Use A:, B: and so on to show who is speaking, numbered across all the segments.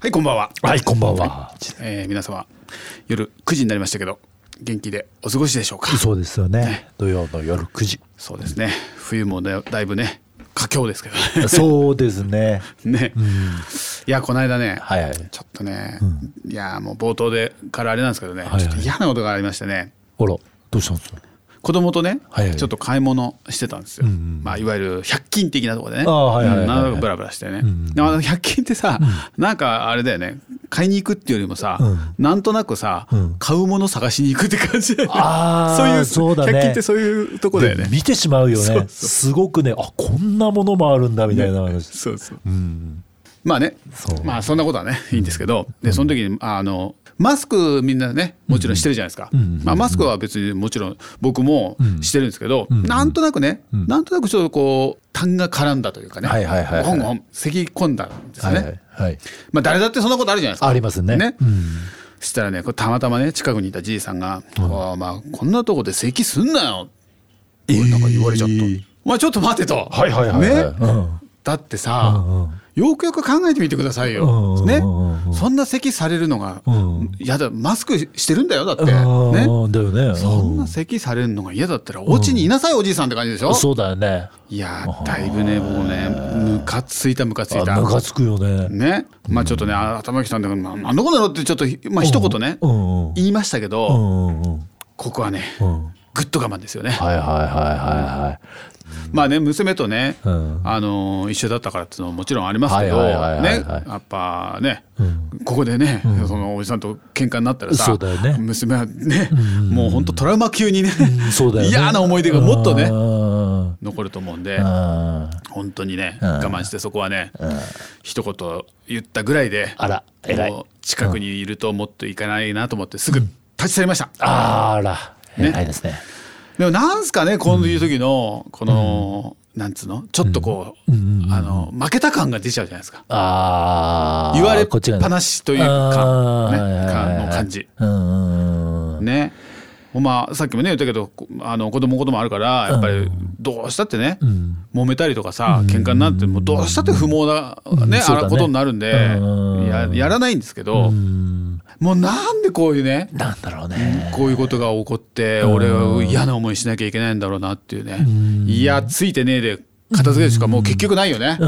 A: はい、こんばんは。
B: はい、こんばんは。
A: えー皆様、夜9時になりましたけど、元気でお過ごしでしょうか。
B: そうですよね。土曜の夜9時。
A: そうですね。冬もね、だいぶね、佳境ですけ
B: そうですね。
A: どね。ね。いや、この間ね、
B: はいはい
A: ちょっとね、いや、もう冒頭でからあれなんですけどね、
B: いはい
A: ちょっと嫌なことがありましてね、
B: あら、どうしたんですか。
A: 子供とね、
B: はいはい
A: ちょっと買い物してたんですよ。
B: んうん
A: まあ、いわゆる100均的なところでね、
B: ああはいはいはいはい
A: うんなんかブラブラしてね。
B: んうん
A: でもあの100均ってさ、なんかあれだよね、買いに行くっていうよりもさ、
B: うん
A: なんとなくさ、
B: うん
A: 買うもの探しに行くって感じだよね
B: ああ
A: そういう
B: そうだね
A: 100均ってそういうとこだよね
B: で。見てしまうよね
A: そうそう
B: すごくね、あ、こんなものもあるんだみたいな話。
A: そうそう
B: うん。
A: まあね
B: そう
A: まあそんなことはねいいんですけど、でその時にあのマスクみんなねもちろんしてるじゃないですか、
B: うん
A: まあ、マスクは別にもちろん僕もしてるんですけど、
B: うん
A: なんとなくね、
B: うん
A: なんとなくちょっとこう痰が絡んだというかね、
B: はいはいはいはい
A: ゴンゴン咳き込んだんです
B: は
A: よ
B: い
A: ね、
B: はいはい。
A: まあ誰だってそんなことあるじゃないですか
B: ありますね。
A: ね
B: うん。
A: そしたらねこれたまたまね近くにいたじいさんが「ああまあこんなとこで咳すんなよ」なんか言われちゃった「
B: えー
A: お前ちょっと待て」と。
B: はいはいはいはい。
A: ね
B: うん
A: だってさ、
B: うんうん
A: よくよく考えてみてくださいよ、
B: うんうん
A: ね
B: うんうん
A: そんな咳されるのが、
B: うん
A: やだマスクしてるんだよだって、ね
B: うん。だよね。
A: そん
B: う
A: な咳されるのが嫌だったらお家にいなさいおじいさんって感じでしょ、
B: そうだよね。
A: いやーだいぶねもうねムカついたムカつい
B: あ、
A: た
B: ムカつくよね。
A: ねまあちょっとねあ頭きたんだけどななんだこんなのってちょっとまあ一言ね、
B: うんうん。
A: 言いましたけど、
B: うんうんうん。
A: ここはね
B: うん。
A: ぐっと我慢ですよね、
B: はいはいはいはいはい。
A: まあね娘とね、
B: うん
A: あのー一緒だったからっていうのももちろんありますけど
B: は
A: ね
B: いはいはいはいはい
A: やっぱね、
B: ん
A: ここでね、そのおじさんと喧嘩になったらさ
B: そうだよね
A: 娘はね、もう本当トラウマ級にね,、
B: そうだよね。
A: 嫌な思い出がもっとね
B: うん
A: 残ると思うんで
B: あ
A: 本当にね
B: ん
A: 我慢してそこはね一言言ったぐらいで
B: あら偉い
A: もう近くにいるともっといかないなと思ってすぐ立ち去りました。
B: あら、
A: ね
B: 偉いですね。
A: でもなんすかねこういう時のこの、なんつうのちょっとこう、あの負けた感が出ちゃうじゃないですか
B: ああ、
A: 言われっ
B: こっちがね
A: ぱなしという
B: あ
A: か、
B: ー
A: ね
B: はいはいはいはい
A: かの感じ
B: うんうんうん。
A: ねまあさっきもね言ったけどこあの子供子供あるからやっぱりどうしたってね、揉めたりとかさ喧嘩になってもうどうしたって不毛な、
B: ん
A: ね
B: そうだね
A: あらことになるんで
B: うん
A: ややらないんですけど、
B: うん
A: もうなんでこういうね
B: なんだろうね。
A: こういうことが起こって俺は嫌な思いしなきゃいけないんだろうなっていうねいやついてねえで片付けるしかもう結局ないよね
B: う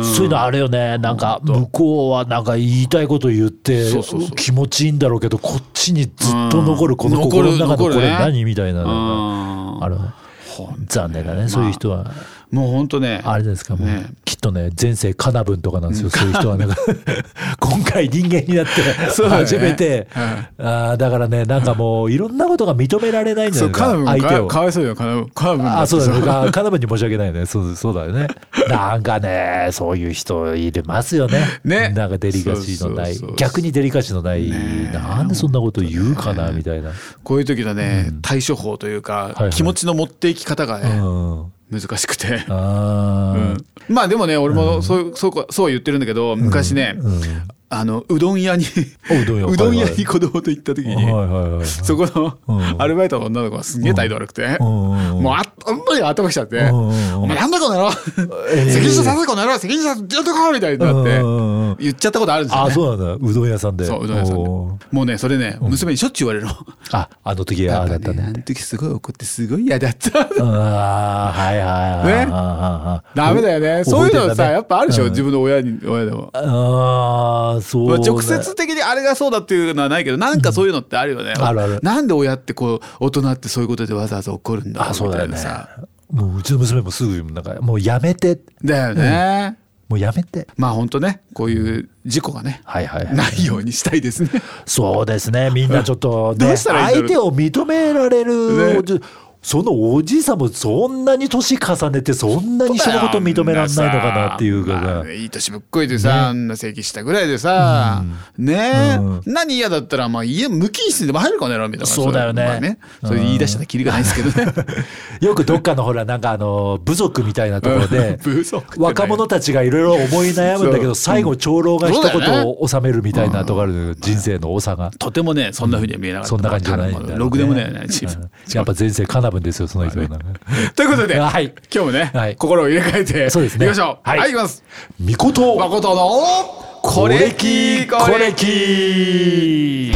B: ん、そういうのあれよねなんか向こうはなんか言いたいこと言って
A: そうそうそう
B: 気持ちいいんだろうけどこっちにずっと残るこの心の中の
A: 残
B: こ
A: る残るね
B: れ何みたいな
A: う
B: の
A: ん
B: がある残念だねそういう人は
A: もう本当ね
B: あれですかもう
A: ね
B: きっとね前世カナブンとかなんですよそういう人はなんか今回人間になって
A: そうだね
B: 初めてあーだからねなんかもういろんなことが認められないんだ
A: そ
B: よ
A: う
B: ね
A: カナブン
B: 相手
A: か
B: を
A: か。わいそうだよカナブンカナブンだって
B: あそうだねかカナブンに申し訳ないねそうそうだよねなんかねそういう人いますよね
A: ね
B: なんかデリカシーのない
A: そうそうそうそう
B: 逆にデリカシーのない、なんでそんなこと言うかなみたいな、
A: こういう時のね対処法という
B: いは
A: か
B: い
A: 気持ちの持っていき方が
B: う
A: ね
B: ん、あ
A: 難しくて
B: あー、
A: うんまあでもね俺もそうそうこそうは言ってるんだけど昔ねあのうどん屋に
B: おうどん屋
A: うどん屋
B: はいは
A: に
B: い
A: 子供と行った時
B: はい
A: に
B: はいはい
A: そこ
B: うん
A: のアルバイトの女の子がすんげえ態度悪くて、
B: うんうんうん
A: もうああんまり頭きちゃって、
B: うんうんうん
A: お前なんだこの野郎、
B: ええ
A: 責任者させこの野郎責任者やっとこうみたいになって、
B: うんうんうん
A: 言っちゃったことあるんですよ、
B: あ
A: ね。
B: あそうなんだうどん屋さんで
A: そううどん屋さんで
B: おー
A: もうねそれね、娘にしょっちゅう言われるの。
B: ああの時ああ
A: パ
B: だった
A: パ
B: ね
A: あの時すごい怒ってすごい嫌だった。
B: うんあーはいはいはい
A: ね
B: はい
A: ダメだよね。そういうのさ、やっぱあるでしょ、
B: うん
A: 自分の親に親でも。
B: ああそう
A: ま
B: だ
A: あ、直接的にあれがそうだっていうのはないけどなんかそういうのってあるよね、
B: んあるある
A: なんで親ってこう大人ってそういうことでわざわざ怒るんだろ
B: あ
A: う
B: そう
A: み
B: だ
A: た
B: よ
A: いな
B: ね
A: さ
B: もううちの娘もすぐなんかもうやめて
A: だよね、
B: もうやめて
A: まあ本当ねこういう事故がね、
B: はいはいはい
A: ないようにしたいですね。
B: そうですねみんなちょっと、ね、
A: どうしたらいいんだろう
B: 相手を認められる、そのおじいさんもそんなに年重ねてそんなに人のこと認められないのかなっていうか
A: ま
B: が
A: あねいい年ぶっこいてさ、あんな正規したぐらいでさ、ねえ、何嫌だったらまあ家無菌室でも入るかねみたいな
B: そうだよね
A: まあねそれ言い出したらキリがないですけど ね。
B: よくどっかのほらなんかあの部族みたいなところで
A: 部族ってない
B: 若者たちがいろいろ思い悩むんだけ
A: そう
B: ど最後長老が一
A: そうだよね
B: 言を収めるみたいなところあるのよ人生の多さが。
A: とてもねそんなふうには見えなかった。
B: そんな感じじゃないんだよ、
A: ろくでもないよね。自
B: う
A: 分
B: んやっぱ前世カナ学ぶんですよ、その人がね。
A: ということで、
B: はい
A: 今日もね、
B: はい
A: 心を入れ替えて
B: そうですね
A: いきましょう。
B: はい
A: はい、いきます。
B: みこと、
A: 誠のコレキコレキ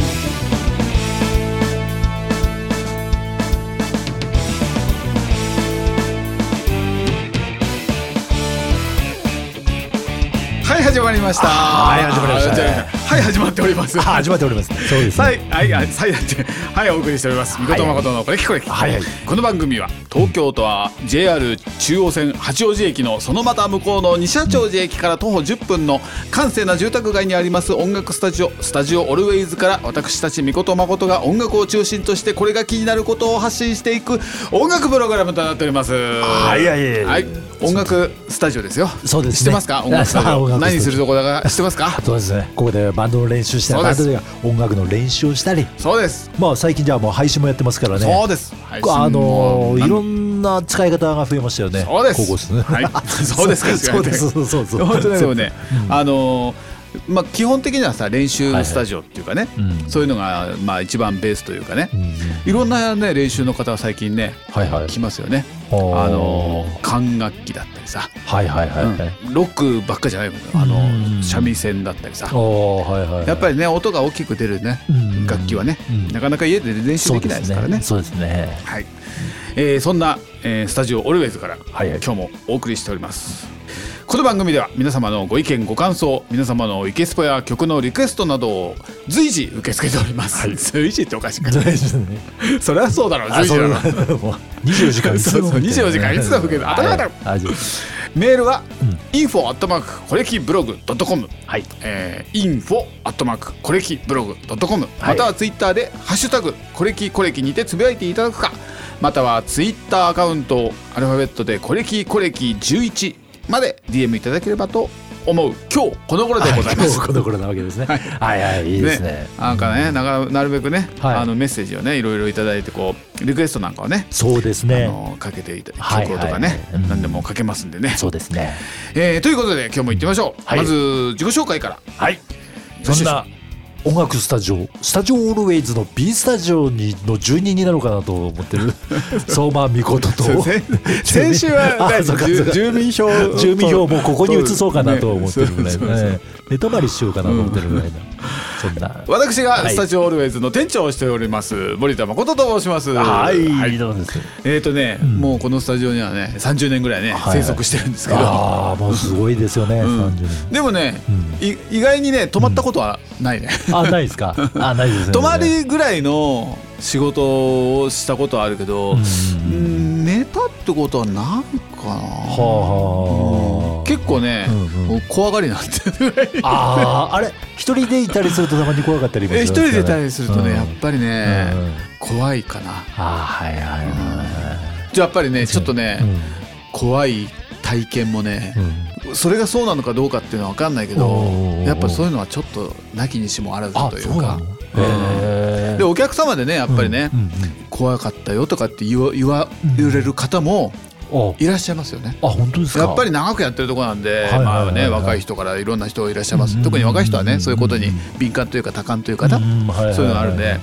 A: はい始まりました
B: はい始まりましたね
A: はい始まっております
B: あ始まっております。そうです
A: さ
B: ね。
A: い、はい、あさいだって、はい、お送りしております。みことまことのこれきこれき。
B: はいはい
A: この番組は東京都は JR 中央線八王子駅のそのまた向こうの西八王子駅から徒歩10分の閑静な住宅街にあります音楽スタジオスタジオオルウェイズから私たちみことまことが音楽を中心としてこれが気になることを発信していく音楽プログラムとなっております。はい
B: はいはい
A: はい、音楽スタジオですよ。
B: そうですね
A: 知ってますか？音楽スタジ
B: あ音
A: オ。
B: 楽スタジオ？
A: 何するとこだか知ってますか
B: そうですね。ここでバンドの練習した
A: そ
B: り、
A: う
B: バ
A: で
B: ン
A: す
B: ドで音楽の練習をしたり、
A: そうです。
B: まあ最近じゃあもう配信もやってますからね。
A: そうです。
B: あのーい
A: い
B: ろんな使い方が増えましたよね。
A: そうです。
B: ここですね。
A: はい、 そうですか。
B: そうです。そう そうそう。
A: 本当だよね。あのーまあ基本的にはさ練習スタジオっていうかね、
B: うん
A: そういうのがまあ一番ベースというかね、
B: うん
A: いろんなね練習の方は最近ね、
B: はいはい
A: 来ますよね。あ
B: ほう
A: のー管楽器だったりさ、
B: はいはいはいはい。
A: うんロックばっかじゃないもんねあ
B: う
A: の
B: ん
A: 三味線だったりさ。
B: おーはいはいはい。
A: やっぱりね音が大きく出るね
B: うん
A: 楽器はね、
B: うん
A: なかなか家で練習できないですからね
B: そうですね。
A: はい、えーそんな、えースタジオオルウェイズから、
B: はいはい
A: 今日もお送りしておりますこの番組では皆様のご意見ご感想皆様のイケスポや曲のリクエストなどを随時受け付けております、 随時っておかしく
B: そ
A: な
B: う
A: い
B: ですね。
A: それはそうだろう
B: あ、
A: 随時
B: そ
A: だろう
B: うもう24時間いつでも
A: そうそう24時間いつでも受ける当たり前だろ
B: はいあじゃ
A: メールは、
B: うん
A: info アットマークコレキブログドットコム
B: あはい。
A: えー、info アットマークコレキブログドットコム
B: は
A: ま
B: い
A: たはツイッターで「ハッシュタグコレキコレキ」にてつぶやいていただくかまたはツイッターアカウントをアルファベットで「コレキコレキ11」まで DM いただければと思う今日この頃でございま
B: あ
A: す
B: 今。日この頃なわけですね。はい はい、いいですね。
A: なんかねなかなるべくね、
B: はい
A: あのメッセージをねいろいろいただいてこうリクエストなんかをね
B: そうです
A: あ
B: ね。
A: のかけていた
B: はい
A: 曲とかね、
B: はいうん
A: 何でもかけますんでね。
B: そうですね。
A: えーということで今日も行ってみましょう、
B: はい
A: まず自己紹介から
B: はい。そんな音楽スタジオ、スタジオオールウェイズの B スタジオにの住人になろうかなと思 ってる相馬美琴と。
A: そう 先先週は
B: あ そうか
A: 住
B: そうか
A: 住民票
B: 住民票もここに移そうかなと思ってるぐらい
A: そうそうそう
B: ね寝泊まりしようかなと思ってるぐらいな、そんな
A: 私が
B: はい
A: スタジオオルウェイズの店長をしております、森田誠と申します
B: はいどうです
A: えっ、とね、もうこのスタジオにはね30年ぐらいね、
B: はい
A: 生息してるんですけど
B: ああもうすごいですよね、
A: ん
B: 30年
A: でもね、い意外にね泊まったことはないね、
B: あないですかあないですね
A: 泊まりぐらいの仕事をしたことはあるけど、
B: う
A: う
B: ん
A: ん寝たってことはないかな、
B: はあはあ
A: 結構ね、
B: うんうん
A: 怖がりなんてぐらい
B: あああれ一人でいたりするとたまに怖かったりもし
A: え
B: ま
A: 一
B: すよね
A: 人でいたりするとね、
B: うん
A: やっぱりね、
B: うんうん
A: 怖いかな
B: ああはいはいは
A: じゃあやっぱりねちょっとね、
B: い、うん
A: 怖い体験もね、
B: うん
A: それがそうなのかどうかっていうのは分かんないけど
B: おうおうおう
A: やっぱそういうのはちょっとなきにしもあらず
B: あ
A: とい
B: そう
A: う
B: な
A: か
B: の
A: うん
B: へ
A: でお客様でねやっぱりね、
B: うんうん
A: 怖かったよとかって言わ言わ言われる方も
B: うん
A: いらっしゃいますよね。
B: ああ本当ですか
A: やっぱり長くやってるところなんで、
B: はいはいはい
A: ま
B: は
A: あ
B: い
A: ね、若い人からいろんな人いらっしゃいま
B: うん
A: す。
B: うん
A: 特に若い人は
B: うんう
A: ね、
B: ん
A: そういうことに敏感というか多感という方、
B: んはは
A: そういうのがあるんで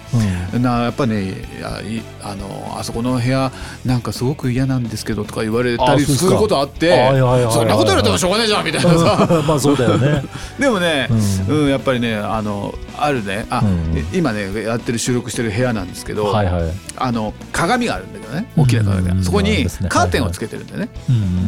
B: うん
A: なやっぱねいやいあのあそこの部屋なんかすごく嫌なんですけどとか言われた
B: あ
A: り
B: そうです
A: す
B: か
A: ることあって
B: はいはいはいはい
A: そんなこと言われてもしょうがないじゃんみたいなさ
B: まあ そうだよね。
A: でもね、う
B: うん
A: やっぱりねあのあるねあ、
B: うん
A: え今ねやってる収録してる部屋なんですけど、
B: はいはい。
A: あの鏡があるんだけどね大きな鏡が、
B: うん
A: そこ
B: そう
A: に
B: ですね
A: カーテンをつけてるんだよね。
B: うんうんうん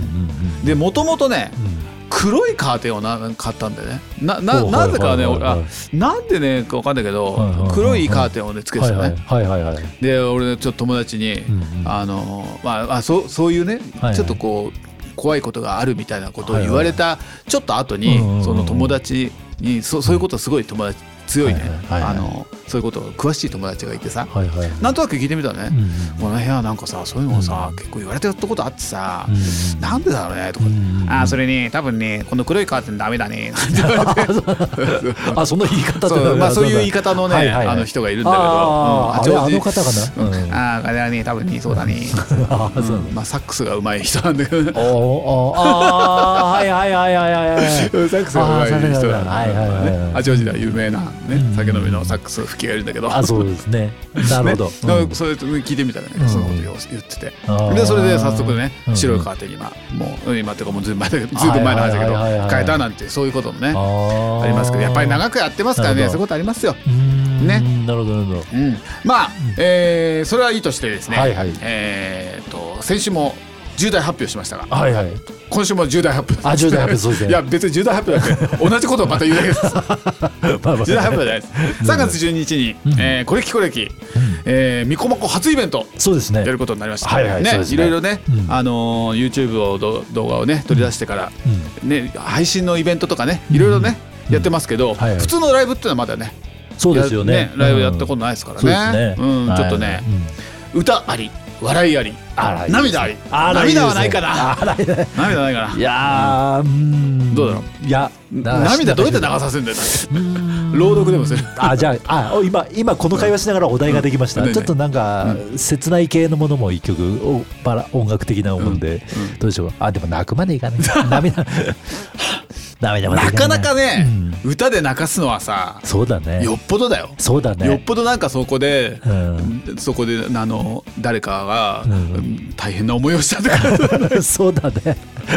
A: でもともとね
B: うん。
A: 黒いカーテンをな買ったんだよねなな
B: ほうほうほ
A: な
B: う
A: ぜかね俺
B: は
A: あ
B: い
A: なんでねか分かんないけど、
B: はいはいはいはい
A: 黒いカーテンをねつけて
B: は
A: た
B: い
A: のね、
B: はいはいはいはい。
A: で俺のちょっと友達に、
B: んうん
A: あのまああそうそういうね、
B: いはい
A: ちょっとこう怖いことがあるみたいなことを言われたちょっと後に、
B: うんうんうん
A: その友達にそそういうことすごい友達強いね、
B: はいはいはい
A: あのそういうことを詳しい友達がいてさ、
B: はいはい。
A: なんとなく聞いてみたら
B: うん
A: ね、この部屋なんかさそういうのさ、結構言われてたことあってさ、なんでだろうねとか、
B: うんうん
A: ああそれね多分ねこの黒いカーテンダメだね
B: うん。あその言い方って
A: そうまあそういう言い方のね、
B: はいはいはい
A: あの人がいるんだけど、
B: あーあれ
A: うん
B: あの方か
A: う
B: な。うんん
A: あーあれはね多分ねそうだね、
B: あー そう。
A: まあ、サックスが上手い人なんだけどね
B: おーおーあーはいはいはいはいはいはい。
A: サックスが上手い人なんだけど
B: あーそうなんだはいはいはい
A: ね
B: はい
A: 八王子では有名な、ね、酒飲みのサックス吹キがいるんだけど
B: あそうですねなるほど、
A: ねだから
B: うん
A: それ聞いてみたらね、
B: うん
A: そのことを言ってて
B: あー
A: でそれで早速ね
B: うん
A: 白いカーテン今もう今っていうかもうずいぶん前だけどずいぶん前の話だけど
B: はいはいはいはい
A: 変えたなんてそういうこともねあ
B: あー
A: りますけどやっぱり長くやってますからね
B: なる
A: そうい
B: ほ
A: うことありますよ。
B: うーん
A: ね
B: なるほどなるほど
A: うん、まあ、えーそれはいいとしてですね、
B: はいはい
A: えー、と先週も重大発表しましたが
B: はい はい
A: 今週も重大発表
B: あ重大発表そうですね
A: いや別に重大発表だって同じことをまた言うだけです
B: まあま
A: 重大発表じゃないです3月12日に、えー、これきこれき、えー、みこまこ初イベント
B: そうですね
A: やることになりました、
B: はいはいそう
A: ね
B: です
A: い
B: ね
A: ろいろね、
B: うん
A: あのー YouTube をど動画をね取り出してから、ね、配信のイベントとかねいろいろね、やってますけど、
B: はいはい
A: 普通のライブっていうのはまだね
B: そうですよね
A: やライブやったことないですから
B: そうで
A: ね
B: すね、
A: うん
B: はい
A: ちょっとね、
B: うん
A: 歌あり笑いあり
B: あらいいですね
A: 涙あり
B: あらいいですね
A: 涙はないかな
B: あらいいね
A: 涙ないか
B: いやーうーん
A: どうだろ
B: いや
A: な涙どうやって流させるんだよだって朗読でもする
B: あじゃああ今今この会話しながらお題ができました、
A: うん
B: ちょっとなんか、切ない系のものも一曲おバラ音楽的なもんで、どうでしょうあでも泣くまでいかない 涙涙までい
A: なか
B: い
A: なかね、歌で泣かすのはさ
B: そうだね
A: よっぽどだよ
B: そうだね
A: よっぽどなんかそこで、
B: う
A: そこであの誰かが、
B: うん
A: うん大変な思いをしたと か
B: そうだね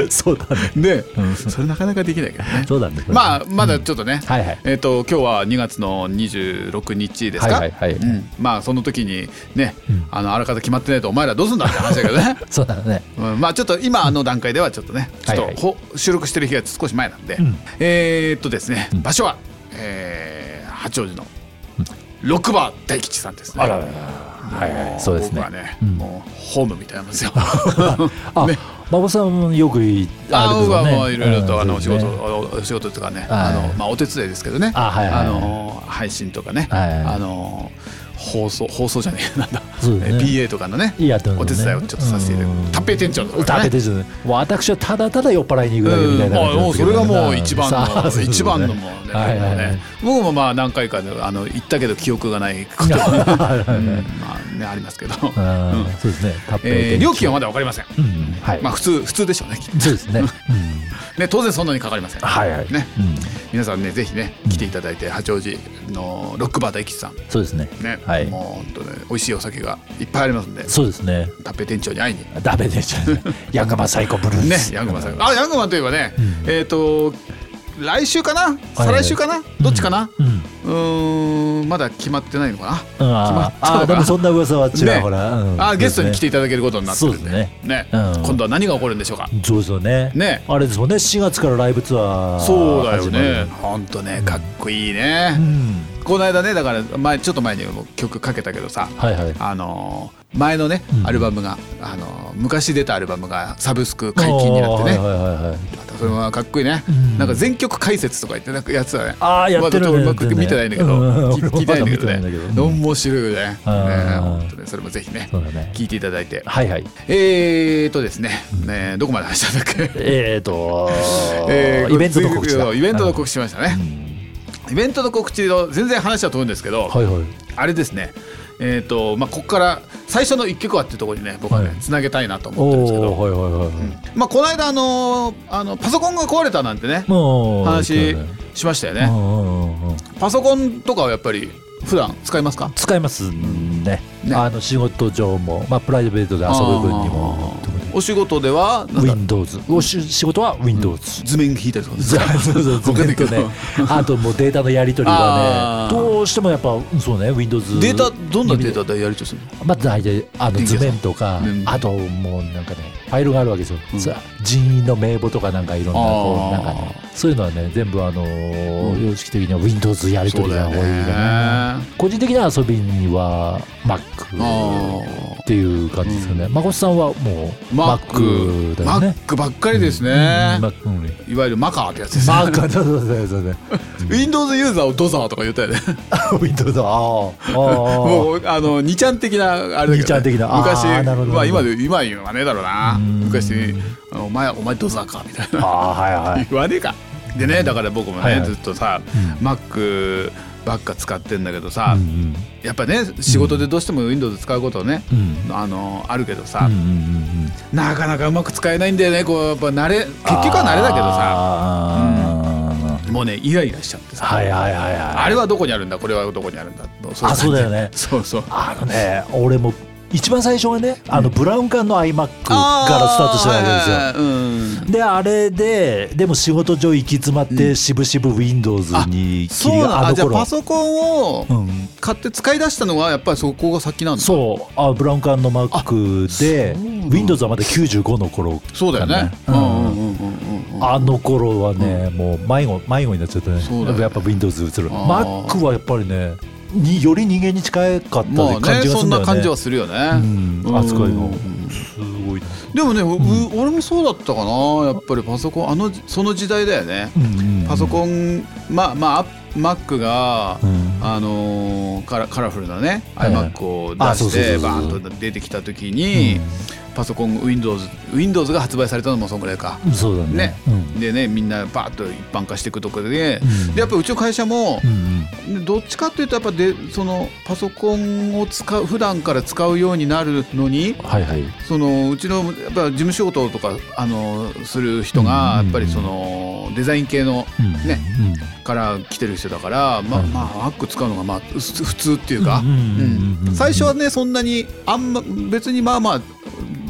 B: そうだね
A: ね、それなかなかできないけどね
B: そうだね
A: まあまだちょっとね、
B: はいはい
A: えっ、と今日は2月の26日ですか、
B: はいはいはい
A: うん、まあその時にね、あのあらかた決まってないとお前らどうすんだって話だけど ね、
B: そうだね
A: うん、まあちょっと今の段階ではちょっとねちょっと、
B: はいはい
A: ほ収録してる日が少し前なんで、
B: ん
A: えーっとですね場所は、えー八王子のロックバー大吉さんですね。
B: はいはいそうです
A: 僕
B: ね
A: はね、もうホームみたいなんですよ。
B: あ、
A: ね
B: 孫さんもよくい
A: あ
B: れ
A: の
B: です
A: 僕
B: よ
A: は
B: ね
A: もういろいろとあの
B: うん
A: お仕
B: そうです
A: 事
B: ね
A: お仕事とかね
B: はい
A: あのまあお手伝いですけどね
B: あはいはいは
A: あ
B: い
A: の配信とかね
B: はいはい
A: あの放送放送じゃねえなんだ
B: そうですね
A: BA とかのね
B: いいやってますね
A: お手伝いをちょっとさせていただ
B: うん
A: くタッペイ店長と
B: だ
A: か
B: け
A: ね
B: ですね。私はただただ酔っ払いに行くだけみたいな
A: も
B: 感
A: う
B: じなん
A: もう
B: です
A: そ
B: けど
A: れ
B: ね。
A: がもう一番
B: さあ
A: の
B: そうですね
A: 一番のもうね
B: はいはいはい
A: ね僕もまあ何回かねあの行ったけど記憶がないこと はうんまあねありますけど
B: うん
A: うん
B: そうですね。タッペ
A: えー
B: イ
A: 料金はまだわかりません
B: うんはい。
A: まあ普通普通でしょうねきっと
B: そうですね。うん
A: ね当然そんなにかかりません
B: はいはい。
A: ね
B: うん
A: 皆さんねぜひね来ていただいて八王子のロックバー大吉さん
B: そうですね。
A: ね、
B: はい。
A: もう本当ね美味しいお酒がいっぱいありますんで
B: そうですね。
A: タッペ店長に会いに
B: ダメでしたね。 ヤングマンサイコブルー
A: ね
B: ス。
A: ヤングマンさんあヤングマンといえばね、えっ、と来週かな再
B: は
A: 来
B: い
A: 週かな、どっちかな
B: うん。
A: うーんまだ決まってないのかな
B: うんあ
A: 決まったのか
B: あ、でもそんな噂はちらほら。
A: ね
B: うん
A: あゲストに来て。
B: そうですね
A: いただけることになってるんで
B: そうです
A: ね
B: うん
A: 今度は何が起こるんでしょうか
B: そうですよね。
A: ね
B: あれですもんね。4月からライブツアー。
A: そうだよね。本当ねかっこいいね、
B: うん。
A: この間ねだから前ちょっと前にも曲かけたけどさ、
B: はいはい。
A: あのー前のね、アルバムが、あのー昔出たアルバムがサブスク解禁になってね、
B: あーはいはいはいはい。
A: それはかっこいいね、なんか全曲解説とか言ってなんかやつだね
B: あーやってるね
A: まあちょっとうまく見てないんだけど、
B: うんうん
A: 聞聞いてないんだけど
B: まだ見てないんだけ
A: ね、
B: どうん
A: 面白いよねね
B: あー
A: 本当ねそれもぜひね
B: そうだね
A: 聞いていただいて
B: はいはい。
A: えーとですねねどこまで話したんだっ け
B: えーと、
A: えー
B: イベントの告知だ。
A: イベントの告知しましたね、イベントの告知の全然話は飛ぶんですけど、
B: はいはい。
A: あれですね。えーとまあ、ここから最初の一曲はっていうところにね僕はね
B: はい
A: つな、げたいなと思ってるんですけ
B: おお
A: ど、
B: はいはいはい。
A: まあ、この間、あのーあのパソコンが壊れたなんてね
B: もう
A: 話しましたよ
B: う
A: ね
B: んうんうんうん
A: パソコンとかはやっぱり普段使いますか
B: 使いますね。
A: ね
B: あの仕事上も、まあプライベートで遊ぶ分にも。
A: お仕事ではなんだ
B: Windows。おし仕事は Windows。
A: 図面引いたりとかです
B: ず
A: か
B: そうそうず
A: わかんな
B: っ
A: いけ
B: と
A: ど
B: ね、あともうデータのやり取り
A: あ
B: は
A: ー
B: ね、どうしてもやっぱ、そうね、Windows
A: データどんなデータでやり取りするの
B: まあ、大体あの
A: 電気屋
B: 図
A: さん
B: 面とか、
A: うん
B: あともうなんかねファイルがあるわけですよ、さ人員の名簿とかなんかいろんなこう
A: あ
B: な
A: ー
B: んか、ね、そういうのはね全部あのー様式的には Windows やり取りが多いか
A: そうだ
B: ら、
A: よね
B: 個人的な遊びには Mac
A: あ
B: っていう感じですよねまこさんはもう
A: ーマック
B: Mac だよね
A: Mac ばっかりですね、
B: マックうん
A: いわゆるマカーってやつです、ね、
B: マックそうそうそうそう
A: Windows ユーザーをドザーとか言ったよね
B: Windows あーあー
A: もうあの二ちゃん的なあれだけど、ね、
B: 二ちゃん的なあー
A: 昔
B: なるほど
A: まあ今で今言わねえだろうな
B: うん
A: 昔あのお前お前ドザーかみたいな
B: あーはいはい
A: 言わねえかでねだから僕もね、
B: はいはい
A: ずっとさ、Mac ばっか使ってんだけどさ、
B: うん
A: やっぱね仕事でどうしても Windows 使うことね、
B: うん
A: あのあるけどさ、
B: うんうんうんうん
A: なかなかうまく使えないんだよねこうやっぱ慣れ結局は慣れだけどさ
B: あー
A: もうねイライラしちゃってさ、
B: はいはいはいはい
A: あれはどこにあるんだこれはどこにあるんだと
B: あそうだよね
A: そうそう
B: あのね俺も一番最初はねあのブラウン管の iMac からスタートしたわけですよ、
A: あーはいはいはいうん
B: であれででも仕事上行き詰まって渋々 Windows に切
A: そう
B: り
A: なん
B: あ
A: あ
B: の
A: じゃあ
B: 頃
A: パソコンを
B: うん
A: 買って使い出したのはやっぱりそこが先なんだう
B: そうあブラウン管の
A: あそ
B: Mac で
A: うなんだ
B: Windows はまだ95の頃
A: そうだよねう
B: うんん
A: うんうんうんうん
B: あの頃はね、もう迷子迷子になっちゃってね
A: そうだよね
B: やっぱ Windows 映る
A: あー
B: Mac はやっぱりねにより人間に近かった
A: まあ
B: 感
A: ね
B: じが
A: そ
B: するん
A: ん
B: だ
A: な
B: よね
A: 感じはするよね
B: うん扱い
A: うん
B: のすごいな
A: でもねう俺もそうだったかなやっぱりパソコンあのその時代だよね
B: うんうん
A: パソコンまあまあ Mac が
B: うん
A: あのーカラカラフルなね
B: はいはい
A: iMac を出
B: あそう
A: し
B: そうそう
A: て
B: そう
A: バーンと出てきた時にパソコン Windows Windows が発売されたのもそんぐらいか
B: うんそうだね
A: ね
B: うん
A: でねみんなバーッと一般化していくところで、
B: うん
A: でやっぱうちの会社も
B: う、ん
A: どっちかっていうとやっぱでそのパソコンを使う普段から使うようになるのに
B: うんはいはい
A: そのうちのやっぱ事務仕事とかあのする人が
B: うん
A: やっぱりそのデザイン系の
B: うん
A: ね
B: うん
A: から来てる人だからまあ
B: はい
A: まあ Mac 使うのがまあ普通普通っていうか
B: うんうんうん
A: うん最初はねそんなにあんま別にまあまあ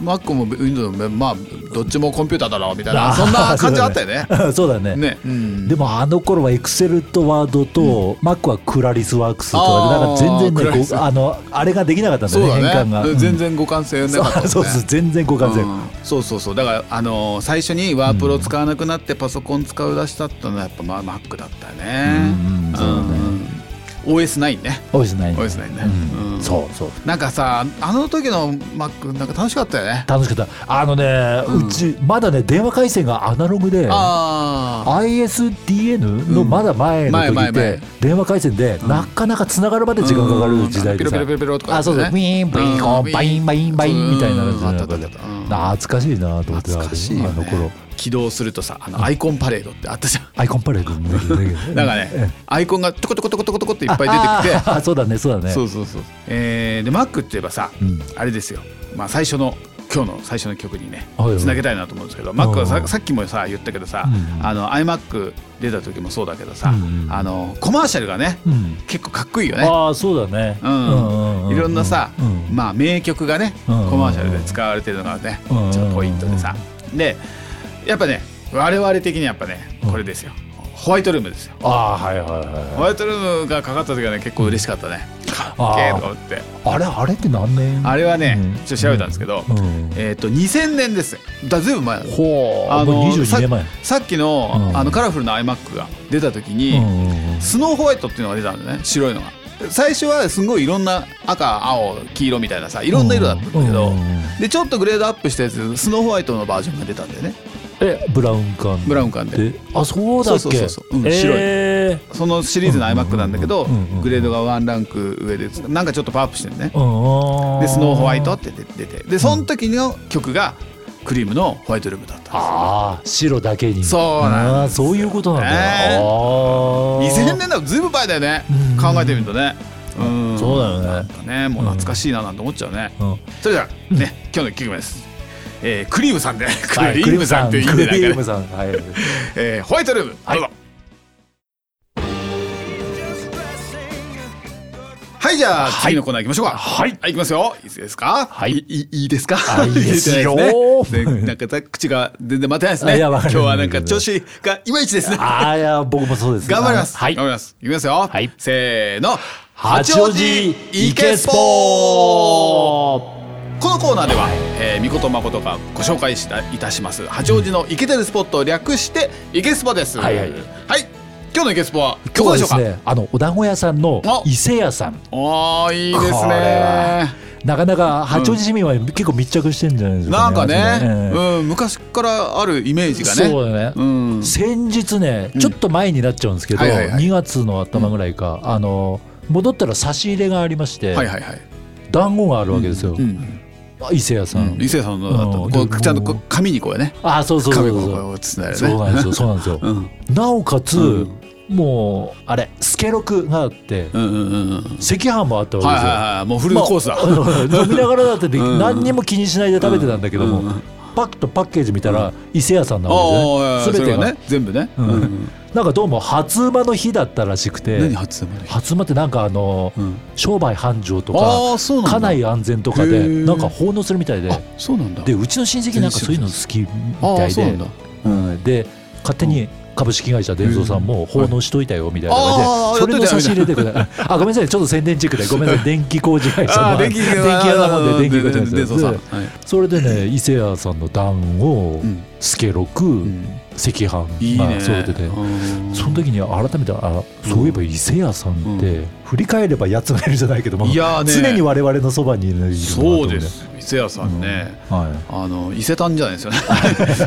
A: Mac も Windows もまあどっちもコンピューターだろうみたいな
B: あー
A: そんな感じあったよね。
B: そうだね
A: ね、うん
B: でもあの頃はエクセルとワードと Mac はクラリスワークスとかで
A: あー
B: なんか
A: クラリ
B: 全然ね
A: ス
B: こうあのあれができなかったんだ
A: そう
B: よね
A: だ
B: 変換
A: ね、
B: がうん
A: 全然互換性なかったもんね
B: そうそう全然互換性
A: うんそうそうそうだから、あのー最初にワープロ使わなくなってパソコン使う出したってのはやっぱ、まあ、Mac だったよね
B: うんうんそうだね
A: うん OS9 ね
B: 多いですないね
A: OS ないね
B: う
A: うん
B: んそうそう
A: なんかさあの時の Mac なんか楽しかったよね
B: 楽しかったあのね
A: うん
B: うちまだね電話回線がアナログで
A: あ
B: ISDN の
A: うん
B: まだ前の
A: 前
B: 時
A: 前
B: っ
A: 前
B: て電話回線で
A: ん
B: なかなか繋がるまで時間かかる時代で
A: うんピ
B: さ
A: ロピロピロピロとか
B: あそうだウィーンブイーンコンバインバインバインみたいな感じ
A: あったあ
B: で
A: ったあったうん
B: 懐かしいなと思って
A: 懐かしいよね
B: あの頃
A: 起動するとさあのアイコンパレードってあったじゃん
B: アイコンパレードもね
A: なんかねアイコンがトコトコトコトコトコっていっぱい出てきて
B: あーそうだねそうだね
A: そうそうそう、えー、で Mac って言えばさ、
B: うん
A: あれですよ、まあ、最初の今日の最初の曲にね
B: はいはい
A: つなげたいなと思うんですけど Mac は
B: う
A: さ
B: ん
A: さっきもさ言ったけどさ、
B: うん
A: あの iMac 出た時もそうだけどさ、
B: うん
A: あのコマーシャルがね
B: うん
A: 結構かっこいいよね。
B: ああそうだね
A: うん
B: ううう
A: いろんなさ、
B: うん
A: まあ、名曲がね、
B: うん
A: コマーシャルで使われてるのがね、
B: うん
A: ちょっとポイントでさ、でやっぱね我々的にやっぱねこれですよ、ホワイトルームですよ
B: ああはいはいはい
A: ホ
B: はい
A: ワイトルームがかかった時はね結構嬉しかったね、かっけえと思って
B: あれあれって何年
A: あれはね、
B: うん
A: ちょっと調べたんですけど、
B: うん
A: えっ、と2000年です。だずいぶ前だ。
B: ほう
A: あの
B: もう
A: さ
B: 22年前
A: さっきの、
B: うん
A: あのカラフルな iMac が出た時に、
B: うんうんうん
A: スノーホワイトっていうのが出たんだね。白いのが。最初はすごいいろんな赤、青、黄色みたいなさ、いろんな色だったんだけど、
B: うんうんうん
A: でちょっとグレードアップしたやつ、スノーホワイトのバージョンが出たんだよね。
B: えブラウン管
A: ブラウン管で。
B: であそうだっけ
A: そうそうそうそううん白い
B: え
A: そのシリーズの iMac なんだけど
B: うんうんうんうん、
A: グレードがワンランク上で、なんかちょっとパワーアップしてるね。
B: ー、うん
A: でスノーホワイトって出ててでその時の曲がクリームのホワイトルームだった
B: ああ白だけに
A: そうなん
B: あーそういうことなんだ、
A: ね
B: ああ
A: 2000年だとずいぶん前だよね
B: うん
A: 考えてみるとねうん
B: そうだよね
A: なんかねもう懐かしいななんて思っちゃうね
B: うん
A: それではね今日の1曲目ですえークリームさんでク
B: はい
A: リームさんって言うんじゃない
B: クリ
A: か
B: ーム
A: ね
B: さんはい
A: えーホワイトルームどうぞはいじゃあ次のコーナー行きましょうか
B: はい
A: はい、いきますよ。いいですか。
B: はい
A: いい、いいですか。
B: あいいです よ
A: ね なんか、口が全然待てないです
B: あ
A: ね。
B: いや
A: 今
B: わかる
A: 日はなんか調子がいまいちですね。
B: ああいや僕もそうです
A: 頑張ります。
B: はい
A: 頑張ります。いきますよ。
B: はい
A: せーの。
B: 八王子イケス
A: こ
B: ポ
A: のコーナーでは、えー、みことまことがご紹介したいたします八王子のイケてるスポットを略してイケスポです。
B: はいはい
A: はい今日のイケスポはど
B: 今日
A: こで
B: は
A: し
B: で
A: ょう
B: す
A: か。
B: ねあのお団子屋さんの
A: あ
B: 伊勢屋さん
A: おーいいです
B: これ
A: ね
B: は。なかなか八王子市民は結構密着してるんじゃないです
A: な
B: か、
A: んか
B: ね、
A: ね、
B: ええ
A: うん、昔からあるイメージがね。
B: そうだね、
A: うん。
B: 先日ねちょっと前になっちゃうんですけど、
A: はいはいはい
B: 2月の頭ぐらいか、あの戻ったら差し入れがありまして、
A: はいはいはい。
B: 団子があるわけですよ、
A: うん。
B: あ伊勢屋さん、
A: 伊勢さんのだった
B: うん
A: こうちゃんとこう
B: もう
A: 紙にこうね。
B: あそうそうそう
A: 紙を
B: そう
A: こうつないで
B: そう
A: ね。
B: なんですよそうなんですよ、
A: うん。
B: なおかつ、
A: うん
B: もうあれスケロクがあって、
A: うんうんうんうん。
B: 赤飯もあったわけ
A: はい
B: ですよ、
A: はいはい。もうフルコースだ。
B: まあ飲みながらだってで
A: うん
B: 何にも気にしないで食べてたんだけども、
A: うん
B: パッとパッケージ見たら、伊勢屋さんな
A: ああ
B: わ
A: あ
B: けで
A: そ
B: すね全て
A: れ
B: が
A: ね全部ね、
B: うんなんかどうも初馬の日だったらしくて
A: 何初夢の日、
B: 初馬ってなんかあの、
A: うん、
B: 商売繁盛とか
A: ああそうなんだ
B: 家内安全とか
A: へ
B: で
A: ー
B: なんか奉納するみたいで
A: あそうなんだ
B: でうちの親戚なんかそういうの好きみ
A: あ
B: た
A: あ
B: い
A: そうなん
B: で
A: だ、
B: うんで勝手に株式会社伝蔵さんも奉納しといたよみたいな
A: あー
B: のでそれの差し入れてくださいあごめんなさいちょっと宣伝チェックでごめんなさい電気工事会社
A: あ
B: の
A: ー
B: 電気屋なもんで電気工事会社
A: で
B: で
A: そうさんはい
B: それでね伊勢屋さんの段を
A: うん
B: スケロク
A: うん
B: 赤飯
A: いい
B: ま
A: ね
B: あそうでね
A: うん
B: その時に改めてあそういえば伊勢屋さんって振り返ればやつがいるじゃないけども
A: いやーね
B: 常に我々のそばにいるなと思って
A: そうです伊勢屋さんね、
B: うんはい
A: あの伊勢丹じゃないですよね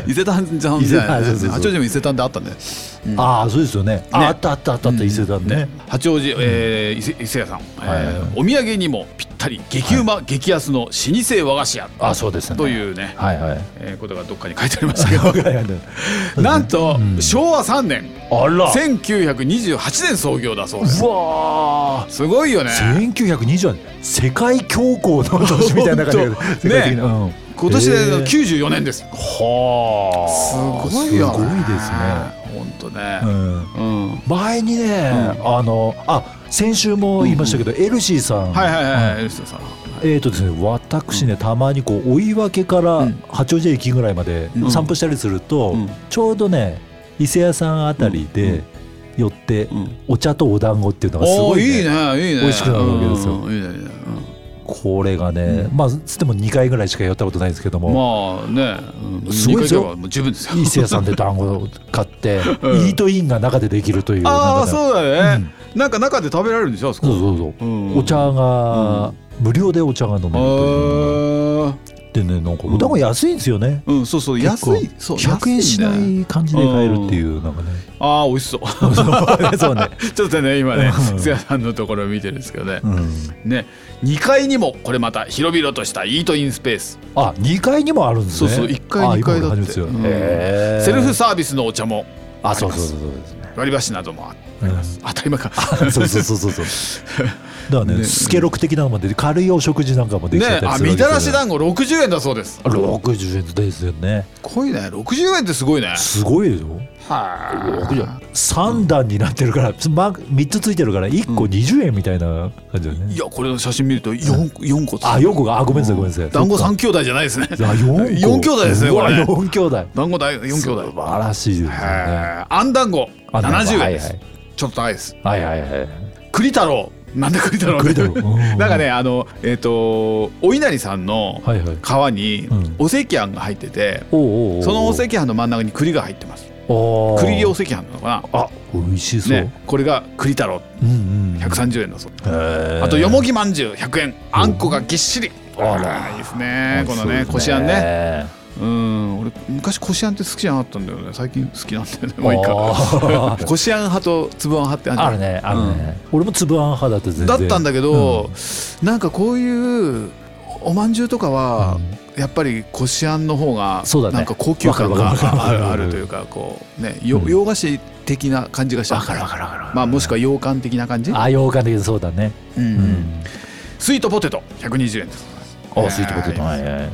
A: 伊勢丹じゃない
B: 伊勢丹そう
A: で
B: そう
A: す
B: そう
A: 八王子も伊勢丹であったんで
B: ああそうですよねああったあったあったあった伊勢丹ね
A: 八王子、えー伊勢伊勢屋さん、
B: はいはい
A: えーお土産にもぴったり激うま、激安の老舗和菓子屋
B: あそうですね
A: というね、
B: はいはい
A: えーことがどっかに書いてありましたけ どなんと、
B: うん
A: 昭和3年
B: あら
A: 1928年創業だそうです
B: うわー
A: すごいよね
B: 1920年世界恐慌の年みたいな 感じ
A: 本当
B: 世界的なうん
A: 今年
B: へ
A: で
B: ー
A: 94年です、
B: はあ
A: すごいよね
B: すごいですね
A: 本当ね
B: うん
A: うん、
B: 前にね
A: う
B: あのあ先週も言いましたけどエルシーさん
A: はいはいはい、吉田さんはい
B: えーとですね、私ね、たまにこう追い分けから
A: ん
B: 八王子駅ぐらいまで
A: うん
B: 散歩したりすると、
A: うん
B: ちょうどね伊勢屋さんあたりで寄って、
A: うん
B: お茶とお団子っていうのがす
A: お
B: ご
A: ー
B: い,、ね
A: いいねいいね
B: 美味しくなるわけですよ
A: うんいいねいいね、
B: これがね、
A: う
B: まあつっても2回ぐらいしか寄ったことないんですけど
A: うん
B: も、
A: まあね、うん、
B: すごいですよ
A: 二回行けばもう十分ですよ
B: 伊勢屋さんで団子を買って、
A: うん
B: イートインが中でできるという
A: あ
B: な
A: あ
B: んかね
A: そうだね、なんか中で食べられるんでしょあそこ
B: そうそうそう
A: うん
B: お茶が、無料でお茶が飲
A: あ
B: めるという
A: ー
B: でねなんかお団子安いんですよね、
A: うんそうそう
B: 結
A: 安
B: 構
A: いそう
B: 100円しな
A: 安ね
B: い感じで買えるっていうなんかね
A: ああ美味しそう ち
B: そうねそうね、
A: ょっとね今ね
B: うん
A: 菅谷さんのところを見てるんですけどね
B: うん、
A: ね2階にもこれまた広々としたイートインスペース
B: あ2階にもあるんですね
A: そうそう一階
B: あ
A: 二階だって
B: 今初めですよ
A: うん
B: へー
A: セルフサービスのお茶も
B: あそうそうそうそうですね
A: 割り箸などもあります当たり前か
B: そうそうそうそうそうだから
A: ね
B: ねスケロク的なのもで軽いお食事なんかもでき
A: ね
B: ちゃったり
A: あ
B: する
A: みたらし
B: だ
A: 団子60円だそうです
B: 60円ですよね
A: こいね60円ってすごいね
B: すごいでしょ
A: はい
B: 3段になってるから、ま、3つついてるから1個20円みたいな感じだね
A: い、やこれの写真見ると 4, 四個つ
B: あよくがあごめんなさいごめんなさい
A: 団子
B: ん
A: 三兄弟じゃないですね
B: あ4
A: 四兄弟ですねこれね
B: 4兄弟
A: 団子大4兄弟
B: 素晴らしいですよね
A: へーあん団子
B: あなんか
A: 70円です、
B: はい
A: ちょっと高いです
B: はいはいは いはい
A: 栗太郎なんで栗太郎
B: 栗太郎うん
A: なんかねあのえっ、とお稲荷さんの
B: はいはい
A: 皮に
B: うん
A: お赤飯が入ってて、
B: おうおうおう
A: そのお赤飯の真ん中に栗が入ってます
B: おー
A: 栗お赤飯なのか
B: あ美味しそう、
A: な、ね、これが栗太郎
B: うんうんうん
A: 130円だそう、
B: へー
A: あとよもぎまんじゅう100円あんこがぎっしり
B: あ
A: いい
B: ら
A: ですねこのね
B: 美味
A: こ
B: し
A: し
B: そう
A: あん
B: です
A: ねうん俺昔こしあんって好きじゃなかったんだよね最近好きなんだよねもういい
B: あ
A: かこしあん派とつぶあん派ってあるじゃん
B: あるねあるね、俺も粒あん派だった全然
A: だったんだけど、なんかこういうおまんじゅうとかは、やっぱりこしあんの方が
B: そうだね
A: なんか高級感が
B: わかるわ
A: あ
B: かる
A: る
B: わ
A: あ
B: かる
A: るというかこうねよ
B: うん
A: 洋菓子的な感じがした
B: わかるわかるわかる
A: まあもしくは洋館的な感じ、
B: あ洋館的にそうだね
A: うん
B: う
A: うんスイートポテト120円です
B: あスイートポテトはいはい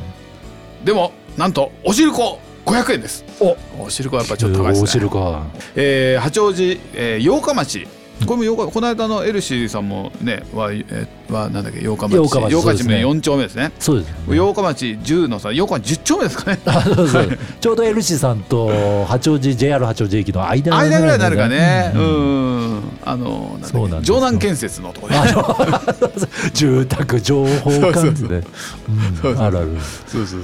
A: でもなんとお汁粉500円ですおお汁粉はやっぱちょっと高いですね
B: お汁か
A: えー八王子、えー、八日町これも八日この間のエルシーさんもねは、えーはなんだっけ八日町
B: 八日町
A: 八日
B: そうで
A: 町
B: す
A: の
B: ね
A: 4丁目ですね
B: そうですね
A: 八日町10のさ八日町10丁目ですかね
B: あ そうそうちょうどエルシーさんと八王子 JR 八王子駅の間の
A: 間ぐらいになるかねう
B: うん
A: ん
B: うん
A: あのな
B: そうん
A: だ
B: な
A: っ
B: ん
A: け
B: です
A: 城南建設
B: よ
A: のとこで
B: あの 住宅情報館で
A: そうそう
B: うんあるある、うん
A: そうそうそう、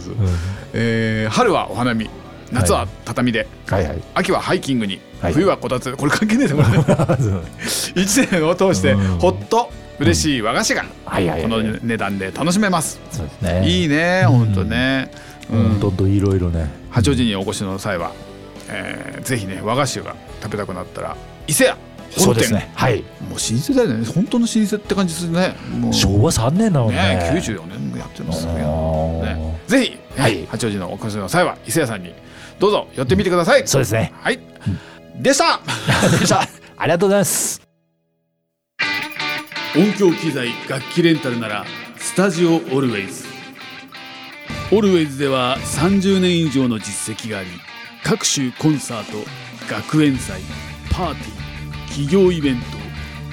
A: えー春はお花見夏は畳で、
B: は いはい
A: 秋はハイキングに、
B: はい
A: 冬はこたつこれ関係ねえなこれ一年を通して
B: うん
A: ほっと嬉しい和菓子が、
B: はいはいはい
A: この値段で楽しめます、
B: そうですね
A: いいね本当ね、う
B: うんん、どんどんいろいろね
A: 八王子にお越しの際は、えーぜひね和菓子が食べたくなったら伊勢屋
B: そう
A: 本
B: です
A: 店、
B: ねは
A: も
B: い
A: う老舗だよね本当の老舗って感じするねもう
B: 昭和3年なのね
A: ね94年もやってますねね
B: あー
A: ぜひ、
B: はい
A: 八王子のお越しの際は伊勢屋さんにどうぞ寄ってみてください、
B: そうで すね
A: はい、でしたでした
B: ありがとうございます
A: 音響機材楽器レンタルならスタジオオルウェイズオルウェイズでは30年以上の実績があり各種コンサート学園祭パーティー企業イベント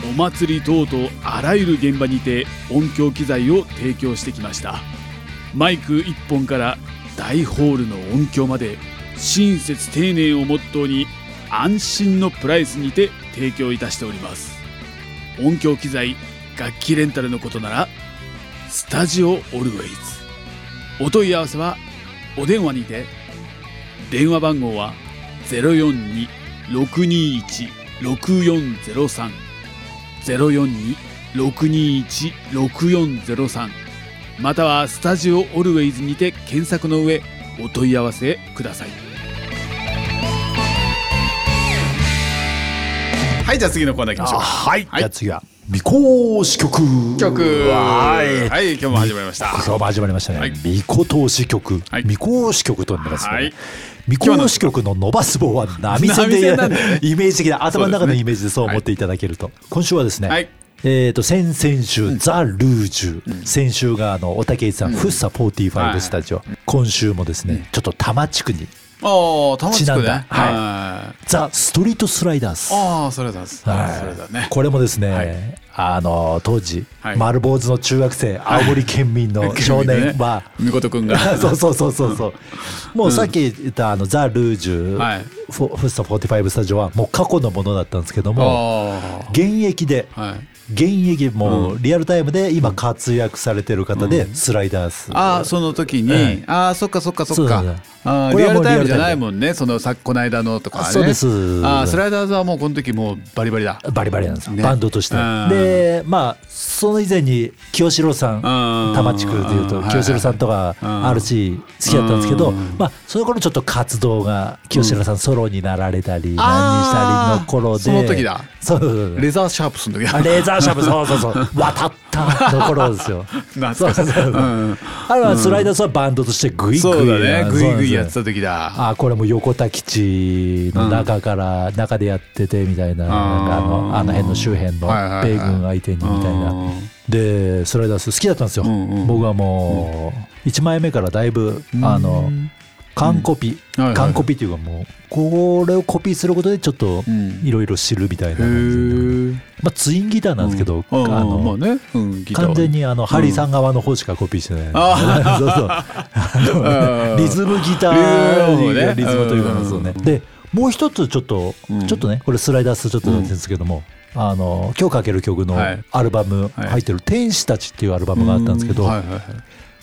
A: お祭り等々あらゆる現場にて音響機材を提供してきましたマイク1本から大ホールの音響まで親切丁寧をモットーに安心のプライスにて提供いたしております音響機材楽器レンタルのことならスタジオオルウェイズお問い合わせはお電話にて電話番号は042-621-6403 042-621-6403またはスタジオオルウェイズにて検索の上お問い合わせくださいはいじゃあ次のコーナー行きましょう
B: はい、
A: はい
B: じゃあ次は未公支局
A: 曲
B: はい、
A: はい今日も始まりました
B: 今日も始まりましたね、
A: はい
B: 未公投資局、
A: はい
B: 未公支局となりますね、
A: はい
B: 未公支局の伸ばす棒は波線で
A: 波線なんだよね
B: イメージ的な頭の中のイメージでそう
A: はい
B: 思っていただけると、今週はですね、
A: はい
B: えー、と先々週、ザ・ルージュ、先週があのおたけいさん、フッサ45スタジオ、今週もですね、ちょっと多摩地区に
A: ああ、楽しく
B: ちなん
A: ね。
B: だはい
A: あ
B: ザ・ストリートスライダース
A: あ、それだ。それだね。
B: これもですね、
A: はい
B: あの当時、
A: はい
B: 丸坊主の中学生青森県 民の少年は、
A: みことくんが。
B: そうそうそうそうそうもうさっき言ったあの、ザ・ルージュ、
A: はい
B: フォフッサ45スタジオはもう過去のものだったんですけども
A: あ
B: 現役で
A: あ、はい。
B: 現役もうリアルタイムで今活躍されてる方でスライダース、
A: ああ、その時に。ああ、そっかそっかそ
B: そ
A: っ
B: うだ
A: か
B: ね。
A: ああ、
B: これ
A: リ
B: は
A: ア
B: も
A: ル
B: う
A: タイム
B: リ
A: じゃ
B: アルタ
A: な
B: イ
A: い
B: ム
A: もんね。そのさこないだのとかね。
B: あそうです
A: ああ、スライダーズはもうこの時もうバリバリだ。
B: バリバリなんですよ、
A: ね
B: バンドとして
A: うん
B: でまあその以前に清志郎さん多摩地区でいう
A: う
B: と
A: ん
B: 清志郎さんとか
A: うん
B: RC 好きだったんですけ
A: う
B: ど
A: ん
B: まあその頃ちょっと活動が清志郎さんソロになられたり何した
A: あー
B: りの頃で
A: その時だ
B: そうそうそう
A: レザーシャープすん時
B: あ
A: だ。
B: レーザーシャープそうそ うそう渡ったの頃ですよ
A: 懐かしい
B: そうそうそう
A: うん
B: あれはスライダースはバンドとしてグイグイ
A: そうだね。
B: や
A: ぐいぐいやっ
B: そうなんで
A: て
B: す
A: た時
B: よ
A: だ。
B: あこれも横田基地の中から、中でやっててみたいななんかあのあの辺の周辺の
A: はいはいはい
B: 米軍相手にみたいな、
A: うん
B: でスライダース好きだったんですよ、
A: んうん
B: 僕はもう1枚目からだいぶ、あの完コピ、
A: うんはいはい
B: 完コピっていうかもうこれをコピーすることでちょっと
A: うん
B: いろいろ知るみたいな
A: へ
B: 感じで、
A: え。
B: まあ、ツインギターなんですけど、
A: うん
B: あ
A: うん
B: の
A: まあね。うん、ギターは
B: 完全にあの、ハリーさん側の方しかコピーしてない、 そうそうあの
A: うん
B: リズムギター、
A: ね
B: リズムというか
A: うん
B: そうね、でもう一つちょっと、
A: うん
B: ちょっとねこれスライダースちょっとなんですけども、あの今日かける曲の
A: はい
B: アルバム
A: はい
B: 入ってる「天使たち」っていうアルバムがあったんですけど、
A: はいはいはい。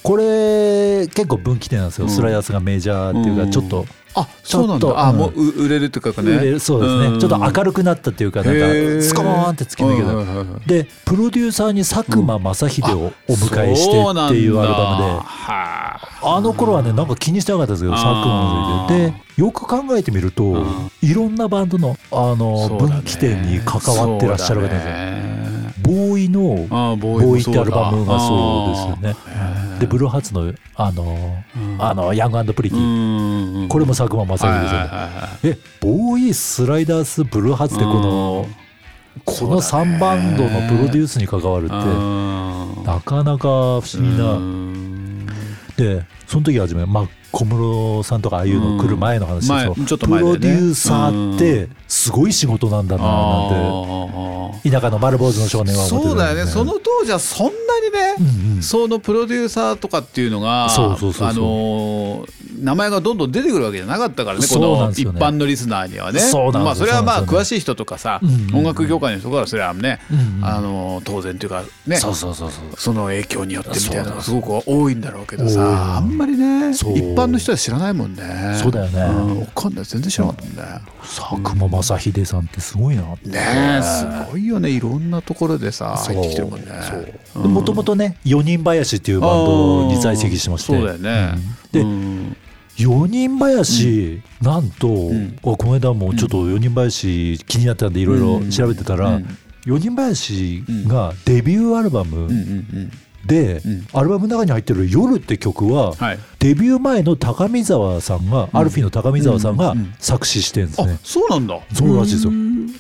B: これ結構分岐点なんですよ、
A: うん
B: スライダースがメジャーっていうか
A: うん
B: ちょっと、
A: あそうなん
B: ちょっと
A: だあ
B: うん
A: もうう売れるというか
B: 売れ
A: ね
B: るそうですね、
A: ん
B: ちょっと明るくなったっていうかなん
A: へ
B: か
A: ー
B: スコーンって突き抜け
A: は
B: た、
A: いはいはいはい
B: でプロデューサーに佐久間正秀をお迎えして
A: そうなん
B: っ
A: だ
B: ていうアルバムで。
A: はあ
B: あの頃はねなんか気にしてなかったんですけど
A: あー
B: 佐久間のせいででよく考えてみるといろんなバンドのあの
A: そうだね
B: 分岐点に関わってらっしゃる
A: そ
B: 方
A: う
B: です
A: だ
B: よ
A: ね
B: ボーイの
A: あー
B: 「
A: ボーイ
B: ボ
A: も
B: ーイ」っ
A: そう
B: て
A: だ
B: アルバムがそうですよね
A: あー
B: でブルーハーツのあのあのヤングプリテ
A: う
B: ィ
A: んうん
B: これも佐久間正
A: はいはい
B: 秀ですよね
A: は
B: えボーイスライダースブルーハーツ
A: い
B: ってこのこの3バンドのプロデュースに関わるっ
A: う
B: て
A: ん
B: なかなか不思議な
A: うん
B: でその時初め、まあ、小室さんとかああいうの来る前の話ですよ、
A: 前ちょっと
B: プ
A: 前だよ
B: ロ
A: ね
B: デューサーってすごい仕事なんだな
A: あ
B: なん
A: ー
B: て田舎の丸坊主の少年は思ってた
A: そうんだよ
B: で
A: ねその当時はそんなにね、
B: うんうん
A: そのプロデューサーとかっていうのが、あ
B: そうそうそうそう
A: のー名前がどんどん出てくるわけじゃなかったからね、こ
B: そうなん
A: の
B: です
A: 一
B: よね
A: 般のリスナーにはね。
B: そうなんですよ
A: まあそれはま
B: そう
A: あ
B: なんですよ
A: 詳しい人とかさ
B: うんうんう、ん
A: 音楽業界の人からそれはね
B: うんう、ん
A: あのー当然というかね、
B: そうそうそうそう
A: その影響によってみたいなのがす
B: そ
A: ごく多いんだろうけど
B: 多い
A: さ、あんまりね、一
B: そう
A: 般の人は知らないもんね。
B: そうだよね
A: んわかんない全然知らなかったもんね。
B: 佐久間正秀さんってすごいなって
A: ねえ、すごいよね、いろんなところでさ、入ってきてるもんね。
B: もともとね四人林っていうバンドに在籍してまして
A: そうだよね。
B: で
A: うん
B: 4人林、なんと、あこの間もちょっと4人林気になったんでいろいろ調べてたら、
A: うん
B: 4人林がデビューアルバム、
A: うんうんうん
B: で、
A: うん
B: アルバムの中に入ってる「夜」って曲は、
A: はい
B: デビュー前の高見沢さんが、アルフィーの高見沢さんが作詞してるんですね、
A: あそうなんだ
B: そうらしいですよ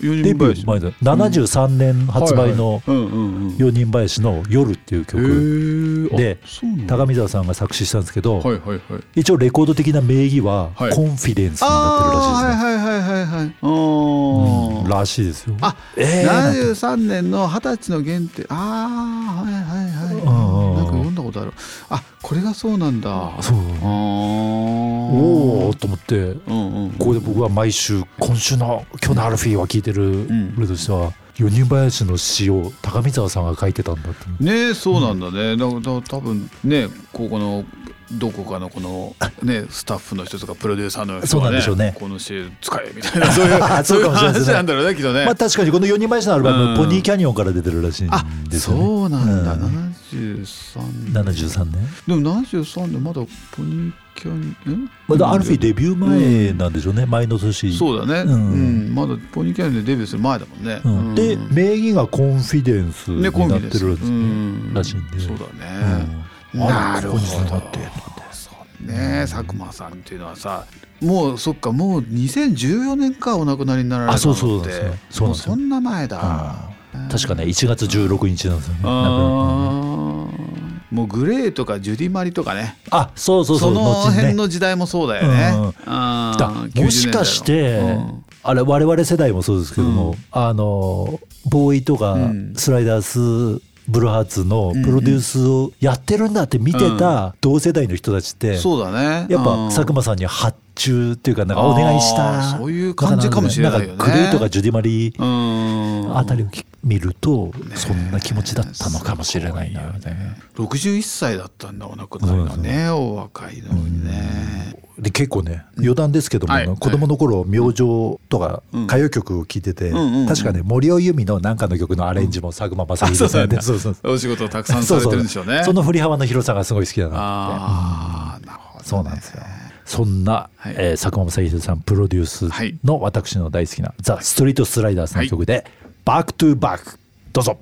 A: 四人
B: デビュ
A: 林
B: ー前だ73年発売の
A: はいはいうんうんうん
B: 「四人林の夜」っていう曲、
A: へー
B: で
A: あそうなんだ
B: 高見沢さんが作詞したんですけど、
A: はいはいはい
B: 一応レコード的な名義は「
A: はい
B: コンフィデンス」になってるらしいですね
A: ああ、はいはいはいはいはいあ
B: うん
A: ー
B: らしいですよ。
A: あ
B: えーなんて
A: 73年の二十歳の原点ああはいはいはい
B: うんうんうん
A: なんか読んだことあるあこれがそうなんだあ
B: そう
A: あ
B: お
A: お
B: おと思って
A: うんうん
B: ここで僕は毎週今週の「今日のアルフィー」は聴いてる
A: ん
B: 俺としては四人林の詩を高見沢さんが書いてたんだって
A: ねえそうなんだね、だからだ多分ねここのどこかのこのねスタッフの人とかプロデューサーの人
B: そうな
A: が
B: んでしょうね
A: ねこのシール使えみたいなそうい
B: あ
A: う
B: そ
A: そううい
B: か
A: う
B: もしれないです
A: 話
B: ね
A: なんだろうねきっとね。
B: まあ確かにこの四人林のアルバム
A: う
B: 「
A: ん
B: ポニーキャニオン」から出てるらしいん
A: あ
B: ですよね。
A: そうなんだ、
B: うん
A: 73年
B: 73年
A: でも73年まだポニーキャンん
B: まだアルフィーデビュー前なんでしょうね前の年
A: そうだね、
B: う
A: うんんまだポニーキャニオンでデビューする前だもんね、
B: うんで
A: うん
B: 名義がコンフィデンスにな
A: ね
B: っ
A: コンビで
B: て
A: す
B: るんです
A: うん
B: ねらしいんで
A: そうだね、
B: うんあ
A: な
B: れ
A: る
B: こ
A: ほ
B: こ
A: ど
B: に繋がってと思って
A: そうね佐久間さんっていうのはさもうそっかもう2014年かお亡くなりになられたのって
B: あそうそうなんです
A: も
B: よそう
A: う
B: なんですよ
A: そんな前だ、
B: 確かね1月16日なんですよね。なんか
A: あーもうグレーとかジュディ・マリとかね
B: あそうそうそ
A: そ
B: う
A: の
B: 後にね
A: 辺の時代もそうだよね、
B: うん
A: あ
B: だ
A: ー90
B: もしかして、
A: 年代の
B: あれ我々世代もそうですけども、
A: うん
B: あのボーイとか
A: うん
B: スライダースブルーハーツの
A: うん
B: プロデュースをやってるんだって見てた同世代の人たちって、
A: うんそうだね
B: やっ
A: う
B: ぱ
A: ん
B: 佐久間さんに発注っていうかなんかお願いした
A: あーそういう感じかもしれないよね
B: んかクルーとかジュディマリー
A: うん
B: あたりをき見るとそんな気持ちだったのかもしれないなみたいな。
A: 61歳だったんだお亡くなりがねお若いのにね、
B: で結構ね余談ですけども、
A: はい
B: 子供の頃明星とか
A: ん
B: 歌謡曲を聴いてて、
A: んうんうん
B: 確かね森尾由美の何かの曲のアレンジも佐久間正
A: そう
B: 秀
A: そ
B: さ
A: うん
B: で、そうそうそう
A: お仕事をたくさんされてるんでしょうね
B: その振り幅の広さがすごい好きだな
A: ああなるほど、ね、
B: そうなんですよそんな、
A: はい
B: えー佐久間正秀さんプロデュース
A: はい
B: の私の大好きな、ザ・ストリートスライダーズの曲で「バック・トゥ・バック」どうぞ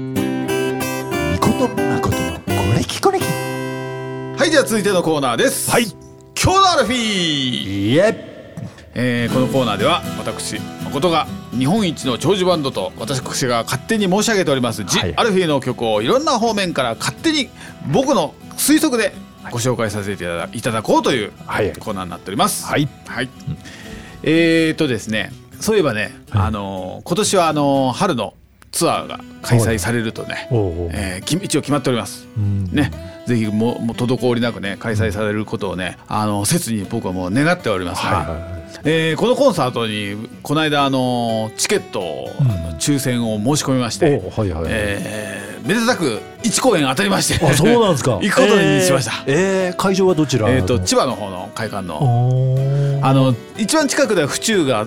B: みことまことのこれきこれき
A: はいじゃあ続いてのコーナーです
B: はい
A: 今日のアルフィー、
B: いえ
A: えーこのコーナーでは私誠が日本一の長寿バンドと私が勝手に申し上げております「ジ・
B: はい
A: アルフィー」の曲をいろんな方面から勝手に僕の推測でご紹介させていただいただこうという
B: はい
A: コーナーになっております。
B: はい
A: はい。えーとですね、そういえばね、あのー今年はあのー春のツアーが開催されるとね、
B: おうおう
A: えーき一応決まっております。
B: うん
A: ね、ぜひもうもう滞りなくね開催されることをね、あの切に僕はもう願っております。
B: はいはい
A: えーこのコンサートにこの間あのーチケットを、あの抽選を申し込みまして、
B: おうはいはいはい
A: えーめでたく1公演当たりまして、
B: あそうなんですか
A: 行くことにしました。
B: えーえー会場はどちら
A: えーと千葉の方の会館の。
B: おー
A: あの一番近くでは府中が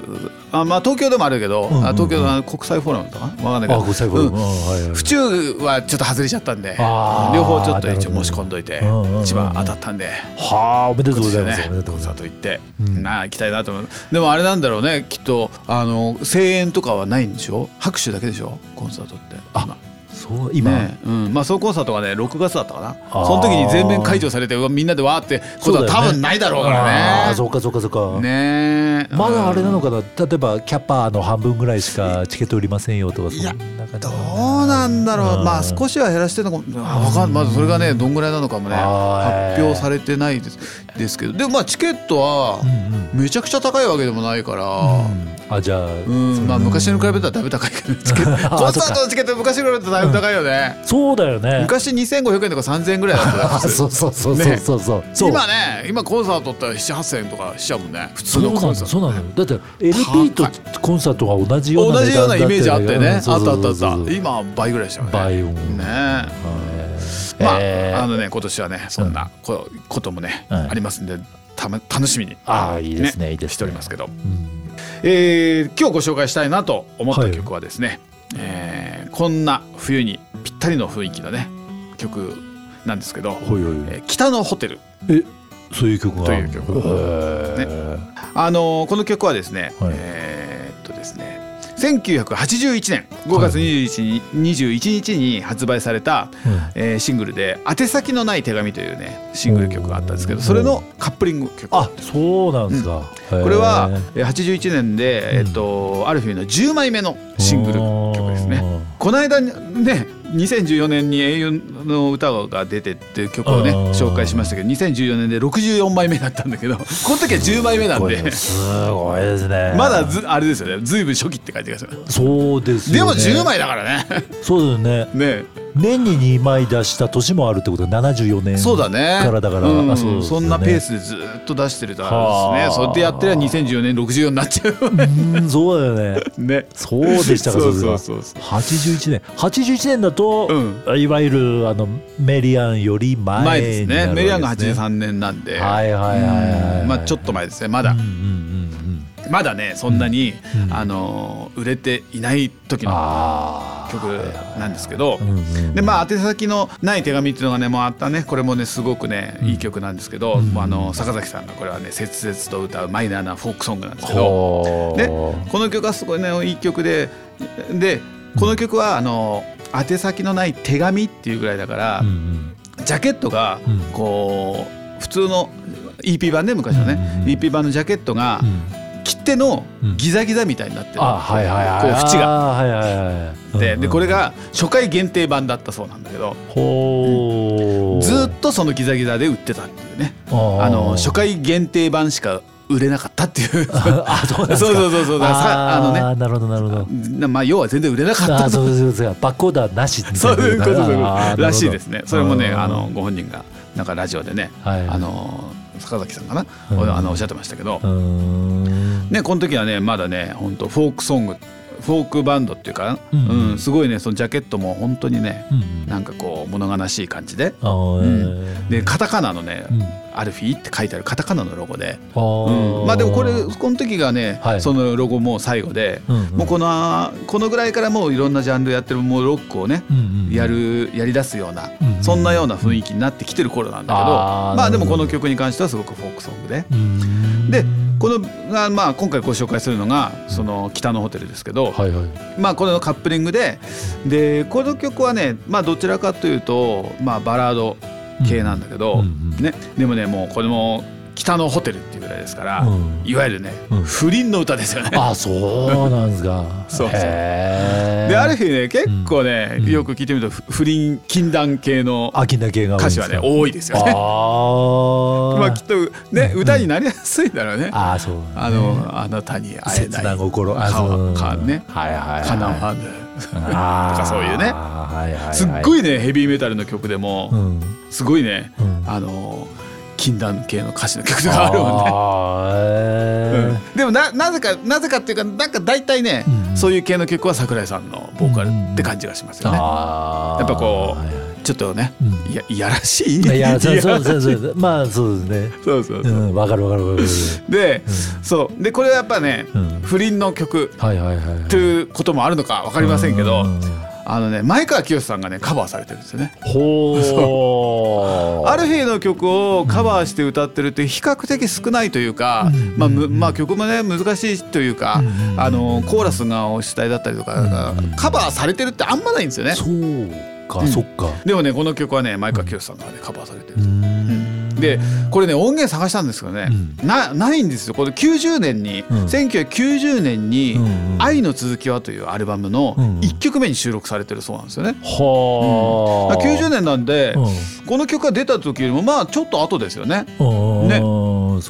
A: あ、まあ、東京でもあるけど、
B: んうんうん
A: あ東京の国際フォーラムとかなわかんないけ
B: あ
A: ど
B: ご最後、
A: う
B: うんんはいはいはい
A: 府中はちょっと外れちゃったんで
B: あー
A: 両方ちょっと一応申し込んどいて
B: なるほどねうんうんうん
A: 一番当たったんで。
B: はあおめでとうございます、
A: ね
B: おめでとうござい
A: コン
B: ま
A: サート
B: す
A: 行って、
B: うん
A: なあ行きたいなと思うでもあれなんだろうねきっとあの声援とかはないんでしょ拍手だけでしょコンサートってあ
B: そう今、
A: ねうんまあそのコンサートがね6月だったかな
B: あー
A: その時に全面解除されてうわみんなでわーってこと
B: そう
A: は
B: だよ
A: 多
B: ね
A: 分ないだろうか
B: あ
A: ら
B: あ
A: ね
B: そうかそうかそうか、
A: ねえ
B: まだあれな
A: うん
B: のかな例えばキャパーの半分ぐらいしかチケット売りませんよとかそん
A: いや
B: な感じ
A: どうなんだろう、
B: うん
A: まあ少しは減らしてるのかもあわかんまずそれがねどんぐらいなのかもね
B: はい
A: 発表されてないですですけどでもまあチケットは
B: うんうん
A: めちゃくちゃ高いわけでもないから。
B: あじゃあ、
A: うんまあ、昔に比べたらだいぶ高いけどチケ ットコン
B: そっ
A: サ
B: か
A: ートのチケット昔に比べたらだいぶ高いよね、
B: そうだよね
A: 昔2500円とか3000円ぐらいだったら
B: あ
A: 普通
B: そうそうそうそうそうそうそう
A: 今ね今コンサートって78000円とかしちゃうもんね普通
B: そう
A: の
B: な
A: コ
B: の
A: ンサート
B: そうなのだって LP とコンサートが同じような
A: 同じようなイメージあったよねあ
B: うん
A: った
B: そ
A: あ
B: う
A: った
B: そ
A: あった
B: うそうそう
A: 今は倍ぐらいでしたよね
B: 倍音
A: ね
B: えー
A: まあ、
B: えー
A: あのね今年はねそんなこ,、こともね、
B: うん
A: ありますんでたま楽しみに
B: あーいいですねいいですね
A: しておりますけど、
B: うん
A: えー今日ご紹介したいなと思っ
B: は
A: た
B: い
A: 曲はですね、えーこんな冬にぴったりの雰囲気のね曲なんですけど
B: ほいほい
A: えー北のホテル」
B: えそういう曲が
A: という曲
B: へー
A: あのーこの曲はですね、
B: はい
A: えーっとですね1981年5月21日に ,21 日に発売された、えーシングルで「宛先のない手紙」というねシングル曲があったんですけどそれのカップリング曲
B: あそうなんですか、
A: これは
B: へー
A: えー81年で、えっと、アルフィーの10枚目のシングル曲ですね
B: あー。
A: この間ね2014年に「英雄の歌」が出てっていう曲をね
B: あー
A: 紹介しましたけど2014年で64枚目だったんだけどこの時は10枚目なん
B: これ
A: で
B: もすごいですね
A: まだずあれですよねずいぶん初期って書いてください
B: そうです
A: で
B: よ
A: も
B: ね
A: 10枚だから ね
B: そうだよね
A: ね
B: 年に2枚出した年もあるってことは74年
A: そうだね
B: からだから、
A: うん
B: あ
A: そ
B: そうですよ
A: ん
B: ね
A: なペースでずっと出してるとあれですね
B: はあ
A: それでやってりゃ2014年64になっちゃう
B: うんそうだ よね
A: ね
B: そうでしたか
A: そう
B: れ
A: そう
B: は
A: そうそう
B: 81年81年だと、
A: う
B: いわゆるあのメリアンより前
A: 前です
B: にな
A: ね
B: るわけ
A: メリアンが
B: ですね
A: 83年なんで
B: はいはいはいはい、
A: まあちょっと前ですねまだ
B: うんうんうんうん
A: まだねそんなに、
B: うん
A: あのー売れていない時の
B: ああ
A: 曲なんですけど、
B: うんうん
A: でまあ宛先のない手紙っていうのがねもうあったねこれもねすごくねいい曲なんですけど、もうあの坂崎さんがこれはね切々と歌うマイナーなフォークソングなんですけど
B: ほう
A: でこの曲はすごいねいい曲ででこの曲はあの宛先のない手紙っていうぐらいだから、
B: うんうん
A: ジャケットが
B: うん
A: こう普通の EP 版ね昔のね、
B: うんうん
A: EP 版のジャケットが
B: うん
A: 切手の
B: うん
A: ギザギザみたいになってる、
B: あはいはいはい
A: こう縁が
B: がはいはいはい
A: ででこれ
B: が
A: が初回限定版だったそうなんだけど
B: ほう
A: ずーっとそのギザギザで売ってたっていうねあの初回限定版しか売れなかったっていうそう
B: あそうなんですか
A: そうそうそうそうだからさあのね
B: ーなるほどなるほど
A: なまあ要は全然売れなかった
B: あそうそうそうそうバックオーダーなしみたいな
A: そういうことそういうこ
B: あーなるほ
A: と
B: ど
A: らしいですねそれもね
B: うん
A: あのご本人がなんかラジオでね、
B: はい
A: あの坂崎さんかな、
B: うん
A: あのおっしゃってましたけど
B: う、ーん
A: ね、この時はねまだね本当フォークソングフォークバンドっていうか、
B: うんうん
A: うんすごいねそのジャケットも本当にね
B: う、ん
A: なんかこう物悲しい感じで
B: あーえー
A: でカタカナのね、
B: うん
A: アルフィーって書いてあるカタカナのロゴで、
B: あー
A: うんまあでもこれこの時がね、
B: はい
A: そのロゴもう最後で、
B: うんうん
A: もうこのこのぐらいからもういろんなジャンルやってるもうロックをね、
B: うんうん
A: やるやりだすような、
B: うんうん
A: そんなような雰囲気になってきてる頃なんだけど、
B: あー
A: まあでも
B: な
A: こ
B: るほど
A: の曲に関してはすごくフォークソングで。
B: うーん
A: でこのあまあ今回ご紹介するのがその北のホテルですけど、
B: はいはい
A: まあこれのカップリングででこの曲はねまあどちらかというとまあバラード系なんだけど、
B: うんうんうん
A: ねでもねもうこれも北のホテルっていうぐらいですから、
B: うん
A: いわゆるね、
B: うん
A: 不倫の歌ですよね。
B: あーそうなんですか
A: そうそう
B: へー
A: である日ね結構ね、
B: うん
A: よく聞いてみるとふ不倫禁断系の
B: 秋だけが多いん
A: 歌
B: で
A: 詞
B: すか
A: はね多いですよね。
B: あ ー
A: まあきっとね歌になりやすいんだろうね。
B: あーそう
A: あのあなたに会え
B: 切
A: ない。
B: な心あ
A: か
B: そう
A: かね
B: はいはいはい
A: かなわぬ
B: あー
A: とかそういうね
B: はいはいはい
A: すっごいねヘビーメタルの曲で
B: う
A: も
B: ん
A: すごいね
B: うん
A: あの禁断系の歌詞の曲とかあるもんね。
B: あーへー
A: うんでもななぜかなぜかっていうかなんか大体ね、
B: うん
A: そういう系の曲は桜井さんのボーカルって感じがしますよね。
B: あー
A: やっぱこう
B: はいは
A: ちょっとね、
B: うん
A: いやいやらしい
B: いいやそうそう
A: そ
B: そうそうまあそうですね
A: う そう
B: う
A: そうん
B: わかるわかるわかる
A: で、そうでこれはやっぱね、
B: うん
A: 不倫の曲
B: はいはいはい
A: ということもあるのか分かりませんけど、
B: うん
A: あのね前川清さんがねカバーされてるんですよね。
B: ほう
A: アルフィーの曲をカバーして歌ってるって比較的少ないというか、
B: うん
A: まあむまあ、曲もね難しいというか、
B: うん
A: あのコーラスがお主体だったりとか、
B: うん
A: カバーされてるってあんまないんですよね。
B: そうかそっか
A: でもねこの曲はね前川清さんがねカバーされてる
B: う。ん
A: でこれね音源探したんですけどね、
B: う
A: なないんですよこれ90年に、
B: うん
A: 1990年に
B: うんう
A: 「
B: ん
A: 愛の続きは」というアルバムの
B: うんうん
A: 1曲目に収録されてるそうなんですよね。
B: はあ
A: だから90年なんで、
B: うん
A: この曲が出た時よりもまあちょっと後ですよね。
B: ねそ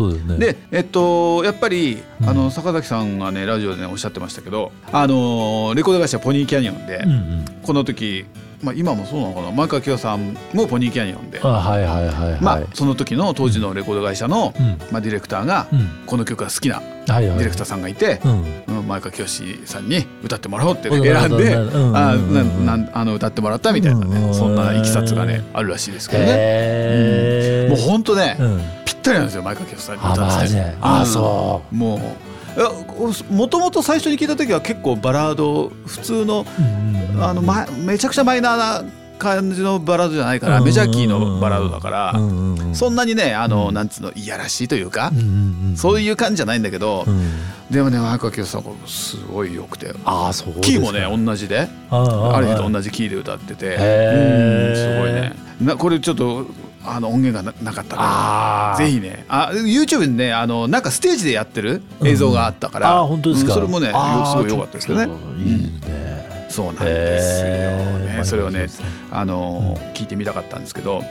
B: うだよね
A: で、えっと、やっぱり、
B: うん
A: あの坂崎さんがねラジオで、ね、おっしゃってましたけどあのレコード会社ポニーキャニオンで、
B: うんうん
A: この時、まあ、今もそうなのかな前川清さんもポニーキャニオンで
B: あはいはいはいはい
A: まあ、その時の当時のレコード会社の、
B: うん
A: まあ、ディレクターが、
B: うん
A: この曲が好きな
B: はいは
A: ディ
B: い
A: レクターさんがいて、
B: う
A: う
B: ん
A: ん前川清さんに歌ってもらおうって、
B: うん
A: 選んで、
B: うんうん
A: あ
B: うん
A: ななんあの歌ってもらったみたいなね、
B: うん
A: そんないきさつがねあるらしいですけどね。
B: へえ
A: もうほんとね、
B: うん
A: ぴったりなんですよ前川清さんに
B: あ
A: 歌
B: マ
A: って
B: ジであそ
A: もうえもともと最初に聞いた時は結構バラード普通の
B: ううんうんうん
A: あの、ま、めちゃくちゃマイナーな感じのバラードじゃないから
B: うん
A: メジャーキーのバラードだから
B: うんうんうん
A: そんなにねあの
B: うん
A: なんつうのいやらしいというか
B: うんうんうん
A: そういう感じじゃないんだけど
B: うん
A: でもね若清さんこれすごい良くて
B: ああそうですか
A: キーもね同じで
B: あ
A: ある日と
B: じ
A: 同じキーで歌ってて
B: へー
A: うんすごいねなこれちょっとあの音源がななかったから
B: あー
A: ぜひねあ YouTube にねあのなんかステージでやってる映像があったから、
B: あー本当です
A: う
B: か
A: んそれもね
B: あー
A: すごい良かったですけど
B: ちょ
A: ね
B: っといいね
A: そうなんですよ、
B: へ
A: ね
B: ー
A: それをねあの、聞いてみたかったんですけど、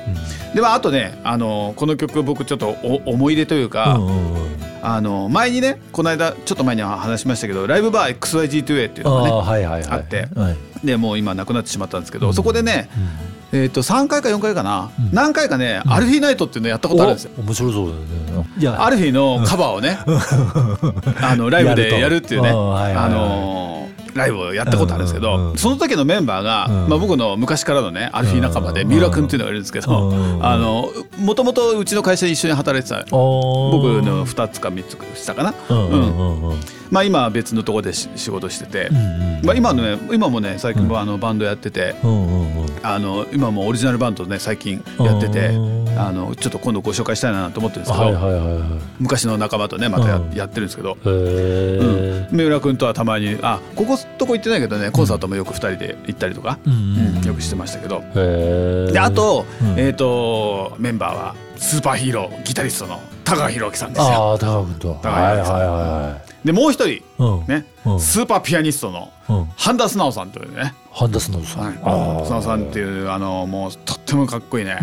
A: ではあとねあのこの曲僕ちょっとお思い出というか、
B: うんうんうん
A: あの前にねこの間ちょっと前に話しましたけどライブバー XYG2A っていう
B: あ
A: のが
B: あ
A: ね
B: はいはいはい
A: あって
B: はい
A: でもう今なくなってしまったんですけど、そこでね、えー、と3回か4回かな、
B: うん
A: 何回かね、アルフィーナイトっていうのやったことあるんですよ。
B: お面白そうだよねいや
A: アルフィーのカバーをね、あのライブでや
B: や
A: る
B: ると
A: っていうね、
B: あーはいはい
A: あ
B: はい
A: のーライブをやったことあるんですけど、
B: うんうんうん
A: その時のメンバーが、
B: うん
A: まあ、僕の昔からのねアルフィー仲間で三浦君っていうのがいるんですけど、
B: うんうんうん
A: あのもともとうちの会社で一緒に働いてた僕
B: 僕
A: の2つか3つ下かな、
B: うんうんうんうんうん
A: まあ、今は別のところでし仕事してて、
B: うん
A: まあ、今のね今もね最近もあのバンドやってて、
B: うんうんうん
A: あの今もオリジナルバンドね最近やってて
B: うん
A: あのちょっと今度ご紹介したいなと思ってるんですけど、
B: はいはいはいはい
A: 昔の仲間とねまたや,、
B: うん
A: やってるんですけど、
B: へー
A: うん三浦君とはたまにあこことこ行ってないけどねコンサートもよく2人で行ったりとか、
B: うんうん
A: うんよくしてましたけど。
B: へー
A: であと,、
B: うん
A: えー、とメンバーはスーパーヒーローギタリストの高橋宏樹さんですよ。
B: ああ高君と
A: 高
B: はい
A: 君
B: はいは
A: でもう一人、
B: いはい
A: ね
B: うん
A: スーパーピアニストの
B: うんうん
A: 半田素直さんというね
B: ハンダスノーさん
A: はい
B: あー
A: 素直さんっていうあのもうとってもかっこいいね
B: ん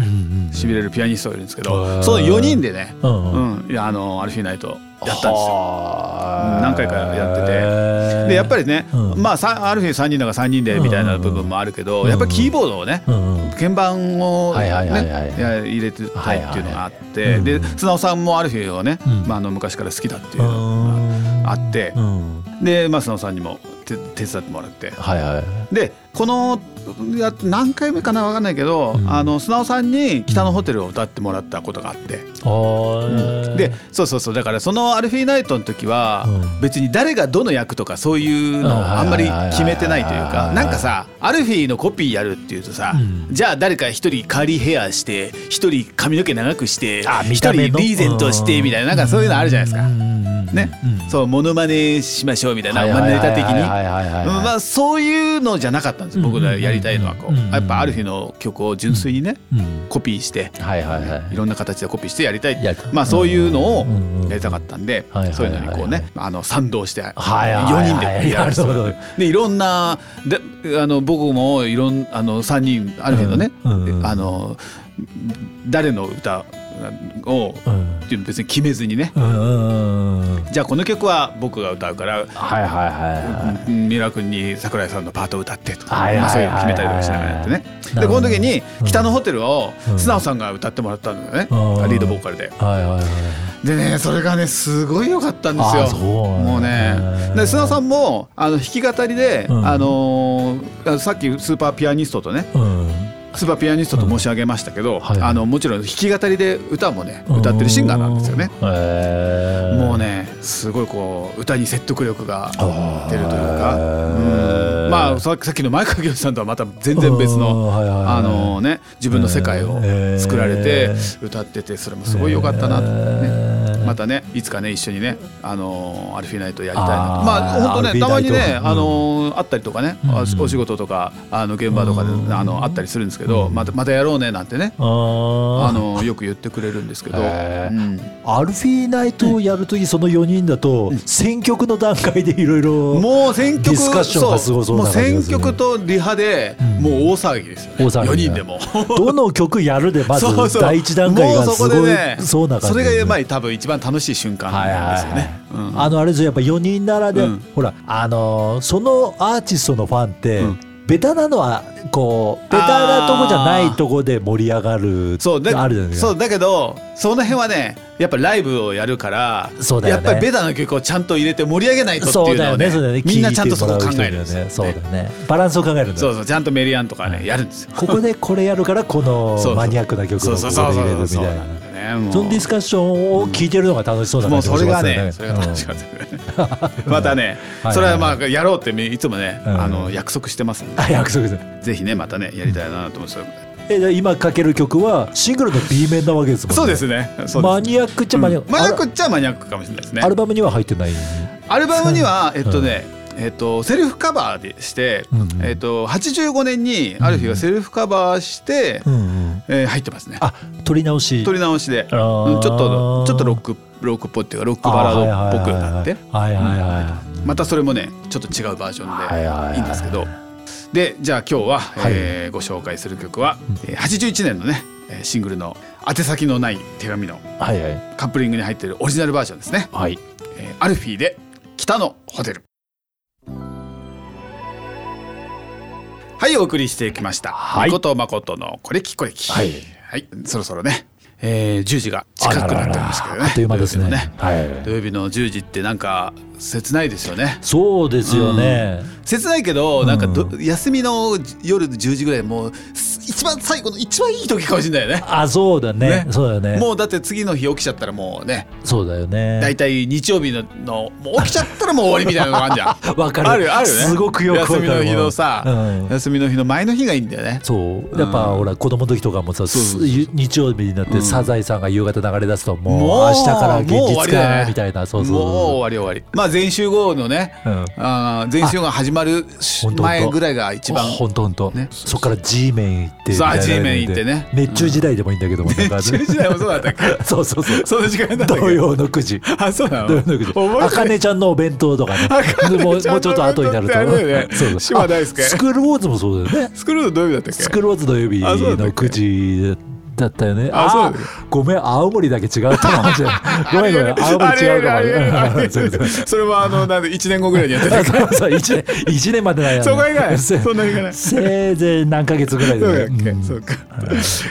B: うん
A: しびれるピアニストがいるんですけ
B: へ
A: ど
B: ー
A: その4人でね、
B: うんうん
A: うん、いやあのアルフィーナイトやったんですよ。
B: はー
A: うん何回かやってて
B: へー
A: でやっぱりね、
B: うん
A: まあさアルフィー3人だから3人でみたいな部分もあるけど、
B: ん
A: やっぱりキーボードをね、
B: うんうん
A: 鍵盤を、ね
B: はいいはいはいはい
A: や入れてたいっていうのがあって、
B: はいはい
A: で
B: うん
A: 素直さんもアルフィーをね、
B: うん
A: まあ、あの昔から好きだっていうのがあって
B: う、ん
A: で、まあ、素直さんにも手手伝ってもらって、
B: はいはい
A: でこのや何回目かな分かんないけど、
B: うん
A: あの素直さんに「北のホテル」を歌ってもらったことがあって、
B: あー
A: でそうそうそうだからその「アルフィーナイト」の時は、
B: うん
A: 別に誰がどの役とかそういうのをあんまり決めてないというか
B: うん
A: なんかさアルフィーのコピーやるっていうとさ、
B: うん
A: じゃあ誰か一人カーリーヘアして一人髪の毛長くして
B: あ
A: 一
B: 見
A: 人
B: た目の
A: リーゼントしてみたいななんかそういうのあるじゃないですか。
B: うんうんうんうん
A: ね
B: うん
A: そうモノマネしましょうみたいな、
B: はい
A: ま
B: は
A: あ
B: い
A: ネ
B: はい
A: タ的に、
B: はいはいはいはい
A: うんまあそういうのじゃなかったんです僕らやりたいのはこう
B: うんうんうん
A: やっぱある日の曲を純粋にね
B: うん
A: コピーして
B: はいはいはい
A: いろんな形でコピーしてやりたい
B: いや
A: まあそういうのを
B: うんうん
A: やりたかったんで
B: はいはいはい
A: そういうのにこうねあの賛同して4
B: はいはい
A: 人でやる
B: なるほど
A: でいろんなであの僕もいろんあの3人ある日のね
B: うんうん
A: あの誰の歌を
B: うん
A: っていうの別に決めずにね
B: うんうんうんうん
A: じゃあこの曲は僕が歌うから
B: はいはいはいは
A: う
B: い
A: んミラ君に桜井さんのパートを歌ってとか、
B: はいはい
A: まあ、そういうの
B: はい
A: 決めたりとかしながらやってねで
B: なる
A: こ
B: ほど
A: の時に「北のホテル」を
B: うん
A: 素直さんが歌ってもらったんだよね、
B: うん
A: リードボーカルで
B: はいはいはい
A: でねそれがねすごい良かったんです
B: あ
A: よ
B: ーそうなんだ
A: もうねで素直さんもあの弾き語りで、
B: うん
A: あのーさっきスーパーピアニストとね
B: うん
A: スーパーピアニストと申し上げましたけど、
B: はい
A: あのもちろん弾き語りで歌もね歌ってるシンガーなんですよね、
B: へー
A: もうねすごいこう歌に説得力が出るというか、
B: へー
A: うんまあささっきの前川清さんとはまた全然別
B: うんはいはいはい
A: のあのね自分の世界を作られ
B: へ
A: て
B: ー
A: 歌っててそれもすごい良かったなと、
B: へ
A: ね、
B: ー
A: またねいつかね一緒にねあのアルフィーナイトやりたいなと
B: あー
A: まあ本当
B: アル
A: ね
B: フィ
A: た
B: ーナ
A: ま
B: イ
A: に
B: ト
A: ね
B: うん
A: あの会ったりとかねあお仕事とかあの現場とかであの会ったりするんですけどまたまたやろうねなんてね
B: あー
A: あのよく言ってくれるんですけど。
B: へー
A: うん
B: アルフィーナイトをやるときその4人だと選曲の段階でいろいろ
A: もう選
B: デ
A: 曲
B: ィスカッションがすごそう
A: も
B: な
A: う
B: 感じがする
A: 選曲とリハでもう大騒ぎですよね、
B: 大騒ぎ
A: 4人でも
B: どの曲やるでまず
A: そうそう
B: 第一段階がすご
A: もうそこ
B: い
A: でね
B: そうな感
A: そ
B: じ
A: れがまあ多分一番楽しい瞬間
B: はい
A: なんですよ
B: はい
A: ね、
B: はいあのあれですよやっぱ4人ならで、
A: うん
B: ほらあのーそのアーティストのファンって、
A: うん
B: ベタなのはこうベタなとこじゃないとこで盛り上がる
A: そうだ
B: あるじゃないです
A: そ
B: か
A: うだけどその辺はねやっぱライブをやるから
B: そうだよ
A: や
B: ね
A: っぱりベタな曲をちゃんと入れて盛り上げないとって
B: そう
A: いう
B: だ
A: のを
B: よ
A: ね
B: ねそうだよね
A: みんなちゃんとそこを考
B: 聞いてもら
A: える
B: う人
A: ん
B: には
A: ですよ、ね、
B: ねそうだよねバランスを考えるんだ
A: そ
B: よ
A: うそうちゃんとメリアンとかねやるんですよ
B: ここでこれやるからこ
A: そうそ
B: の
A: う
B: マニアックな曲を
A: そう
B: こ
A: そうそう
B: こで
A: そ
B: 入れる
A: う
B: み
A: そう
B: たい
A: な
B: なん
A: だよねもう
B: そのディスカッションを聞いてるのが楽しそうな
A: も
B: 感
A: う
B: じ
A: そ
B: がし
A: れ
B: ま
A: が
B: す
A: ねそ
B: よね
A: れが楽しかったですよね
B: うん
A: またね
B: はい
A: それはまあやろうっていつもね
B: うん
A: あの約束してますんで
B: あ約束です
A: ぜひねまたねやりたいなと思うんですよ
B: えで今かける曲はシングルの B 面なわけですもんね
A: そうですねそう
B: マ
A: です
B: ニアックっちゃマニアック、
A: マニアック
B: あ
A: っちゃマニアックかもしれないですね
B: らアルバムには入ってない
A: アルバムにはえっとね、えっと、セルフカバーでして、
B: うんうん
A: えっと、85年にある日がセルフカバーして、
B: うんうん
A: えー入ってますね
B: あ撮り直し
A: 撮り直しでうんち
B: あー
A: ょっとちょっとロックロックっぽいっていうかロックバラードっぽくなって
B: はいはいはいはい
A: またそれもねちょっと違うバージ
B: はいはい
A: ョン
B: は
A: で
B: い
A: いいんですけどでじゃあ今日は、
B: はい
A: えーご紹介する曲は、えー81年のねえーシングルの「宛先のない手紙」の
B: はいはいはい
A: カップリングに入っているオリジナルバージョンですね。
B: はい
A: えーアルフィーで北のホテルはいお送りしてきました「
B: はい
A: みことまことのこれきこれき」
B: はい
A: はいそろそろね、えー、10時が近くなってますけどね
B: あらららあっという間ですね
A: 土曜日の
B: はい
A: 土曜日の10時ってなんか切ないですよね
B: そうですよね、
A: 切ないけどなんかど、
B: う
A: 休みの夜10時ぐらいもうす一番最後の一番いい時かもしれないよね
B: あそうだね
A: ね
B: そうだよね
A: もうだって次の日起きちゃったらもうね
B: そうだよね
A: 大体日曜日ののもう起きちゃったらもう終わりみたいなのがあるじゃん
B: わかる
A: あるよあるよね
B: すごくよくわかる
A: 休みの日のさ、
B: うん
A: 休みの日の前の日がいいんだよね
B: そうやっぱ
A: うん
B: ほら子供の時とかもさ
A: そうそうそう
B: す日曜日になってサザエさんが夕方流れ出すともう
A: もう
B: 明日から現
A: もう終わ
B: 実
A: りだ
B: か
A: ね
B: みたいなそう
A: もう終
B: そ
A: わり終わりまあ全集合のね、
B: うん
A: あー全集合が始まる
B: ほんとほんと
A: 前ぐらいが
B: う
A: 一番
B: ほんとほんと
A: ね
B: そっから G メン行って
A: そう
B: みたいな
A: G メン行ってね
B: 熱中時代でもいいんだけどもなんかね
A: 中時代もそうだったっけ
B: そうそうそう
A: その時間 だったっけ
B: 土曜の9時
A: あそうなの
B: 土曜の9
A: 覚えて
B: 時
A: ない
B: あかねちゃんのお弁当とかね
A: 茜
B: もうもう
A: ち
B: ち
A: ゃんの
B: ょっと後になると
A: お弁当ってあれだよね
B: そうそう
A: 島大輔
B: あスクールウォーズもそうだよね
A: スクールの土曜日だったっけ
B: スクローズ土曜日
A: あそうだった
B: の
A: っけ
B: 9時だったよね。
A: あそうだっ
B: あごめん、青森だけ違うって 話だごめんごめん、青森違う
A: あれあれ
B: か
A: あ
B: も。
A: れ
B: そうそう
A: それはあのなんで1年後ぐらいにやってた
B: あそうそう一年一年までないよね
A: そこはいかない
B: せ
A: そんないかない
B: せいぜい何ヶ月ぐらい
A: そう
B: で
A: だっけ、そうか、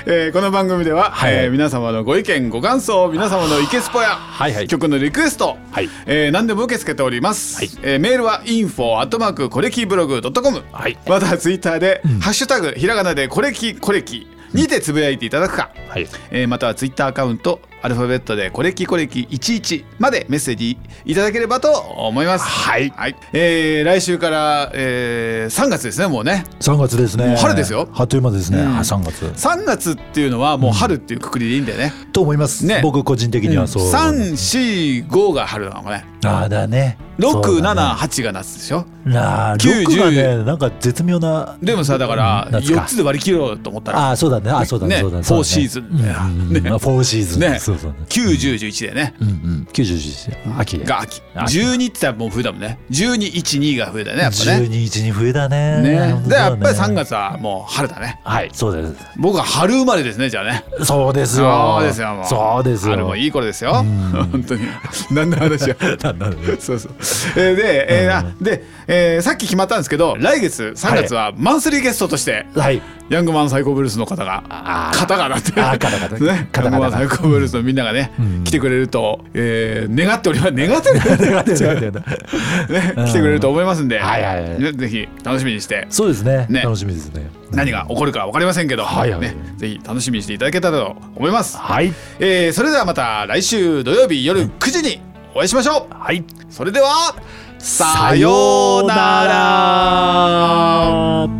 A: えーこの番組では、
B: はい
A: えー皆様のご意見ご感想皆様のイケスポや、
B: はいはい
A: 曲のリクエスト、
B: はい
A: えー何でも受け付けております、
B: はい
A: えーメールは info アットマークコレキブログドットコム
B: はい
A: またツイッターで、ハッシュタグひらがなでコレキコレキにてつぶやいていただくか、
B: はい
A: えーまたはツイッターアカウントアルファベットでコレキコレキ11までメッセージいただければと思いますはい、えー来週から、えー3月ですねもうね
B: 三月です
A: もう
B: ね。
A: 春ですよ
B: あっという間ですね。
A: ん
B: は三月
A: 3月っていうのはもう春っていうくくりでいいんだよね。
B: と思います
A: ね。
B: 僕個人的にはそう。
A: 三四五が春なのかね。
B: あーだね。
A: 六
B: そうだね
A: 七八が夏でしょ。
B: なあ
A: 九
B: 六が
A: 十
B: ねなんか絶妙な
A: でもさだから
B: 夏
A: 四
B: か
A: つで割り切ろうと思ったら
B: あーそうだねあそうだね
A: ね
B: そうだね
A: フォーシーズン
B: そうだねうんうんうん
A: ね
B: まあフォーシーズン
A: ね
B: そうそうね
A: 九十十一でね。
B: うんうん90秋
A: が秋。
B: 秋
A: 十二って言ったらもう冬だもんね。十二一二が冬だよねやっぱ
B: 12
A: ね。
B: 日に冬だね
A: ね。でやっぱり三
B: 月
A: 月はもう春だね。
B: はいそうです
A: 僕は春生まれですねじゃあね。
B: そうですよ
A: そうですよもう。
B: そうですよ
A: 春もいい頃ですよ。本当に。何の話や。
B: なんだろうね
A: そうそう。えーで、えーあで、えーさっき決まったんですけど、来月3月はマンスリーゲストとして、
B: はい
A: ヤングマンサイコブルースの方が
B: あ、ー
A: 方がなって、
B: あー方々
A: ね、
B: 方
A: ヤン
B: 々
A: グマンサイコブルースのみんながね、来てくれると、えー願っております。願っております。
B: だからだからだから
A: ね、来てくれると思いますんで、
B: はいはいはい
A: ねぜひ楽しみにして。
B: そうですね
A: ね
B: 楽しみですね
A: 何が起こるかわかりませんけど、
B: はいはい
A: ね、ぜひ楽しみにしていただけたらと思います、
B: はい
A: えーそれではまた来週土曜日夜9時にお会いしましょう、
B: はい
A: それではさようなら
B: さようなら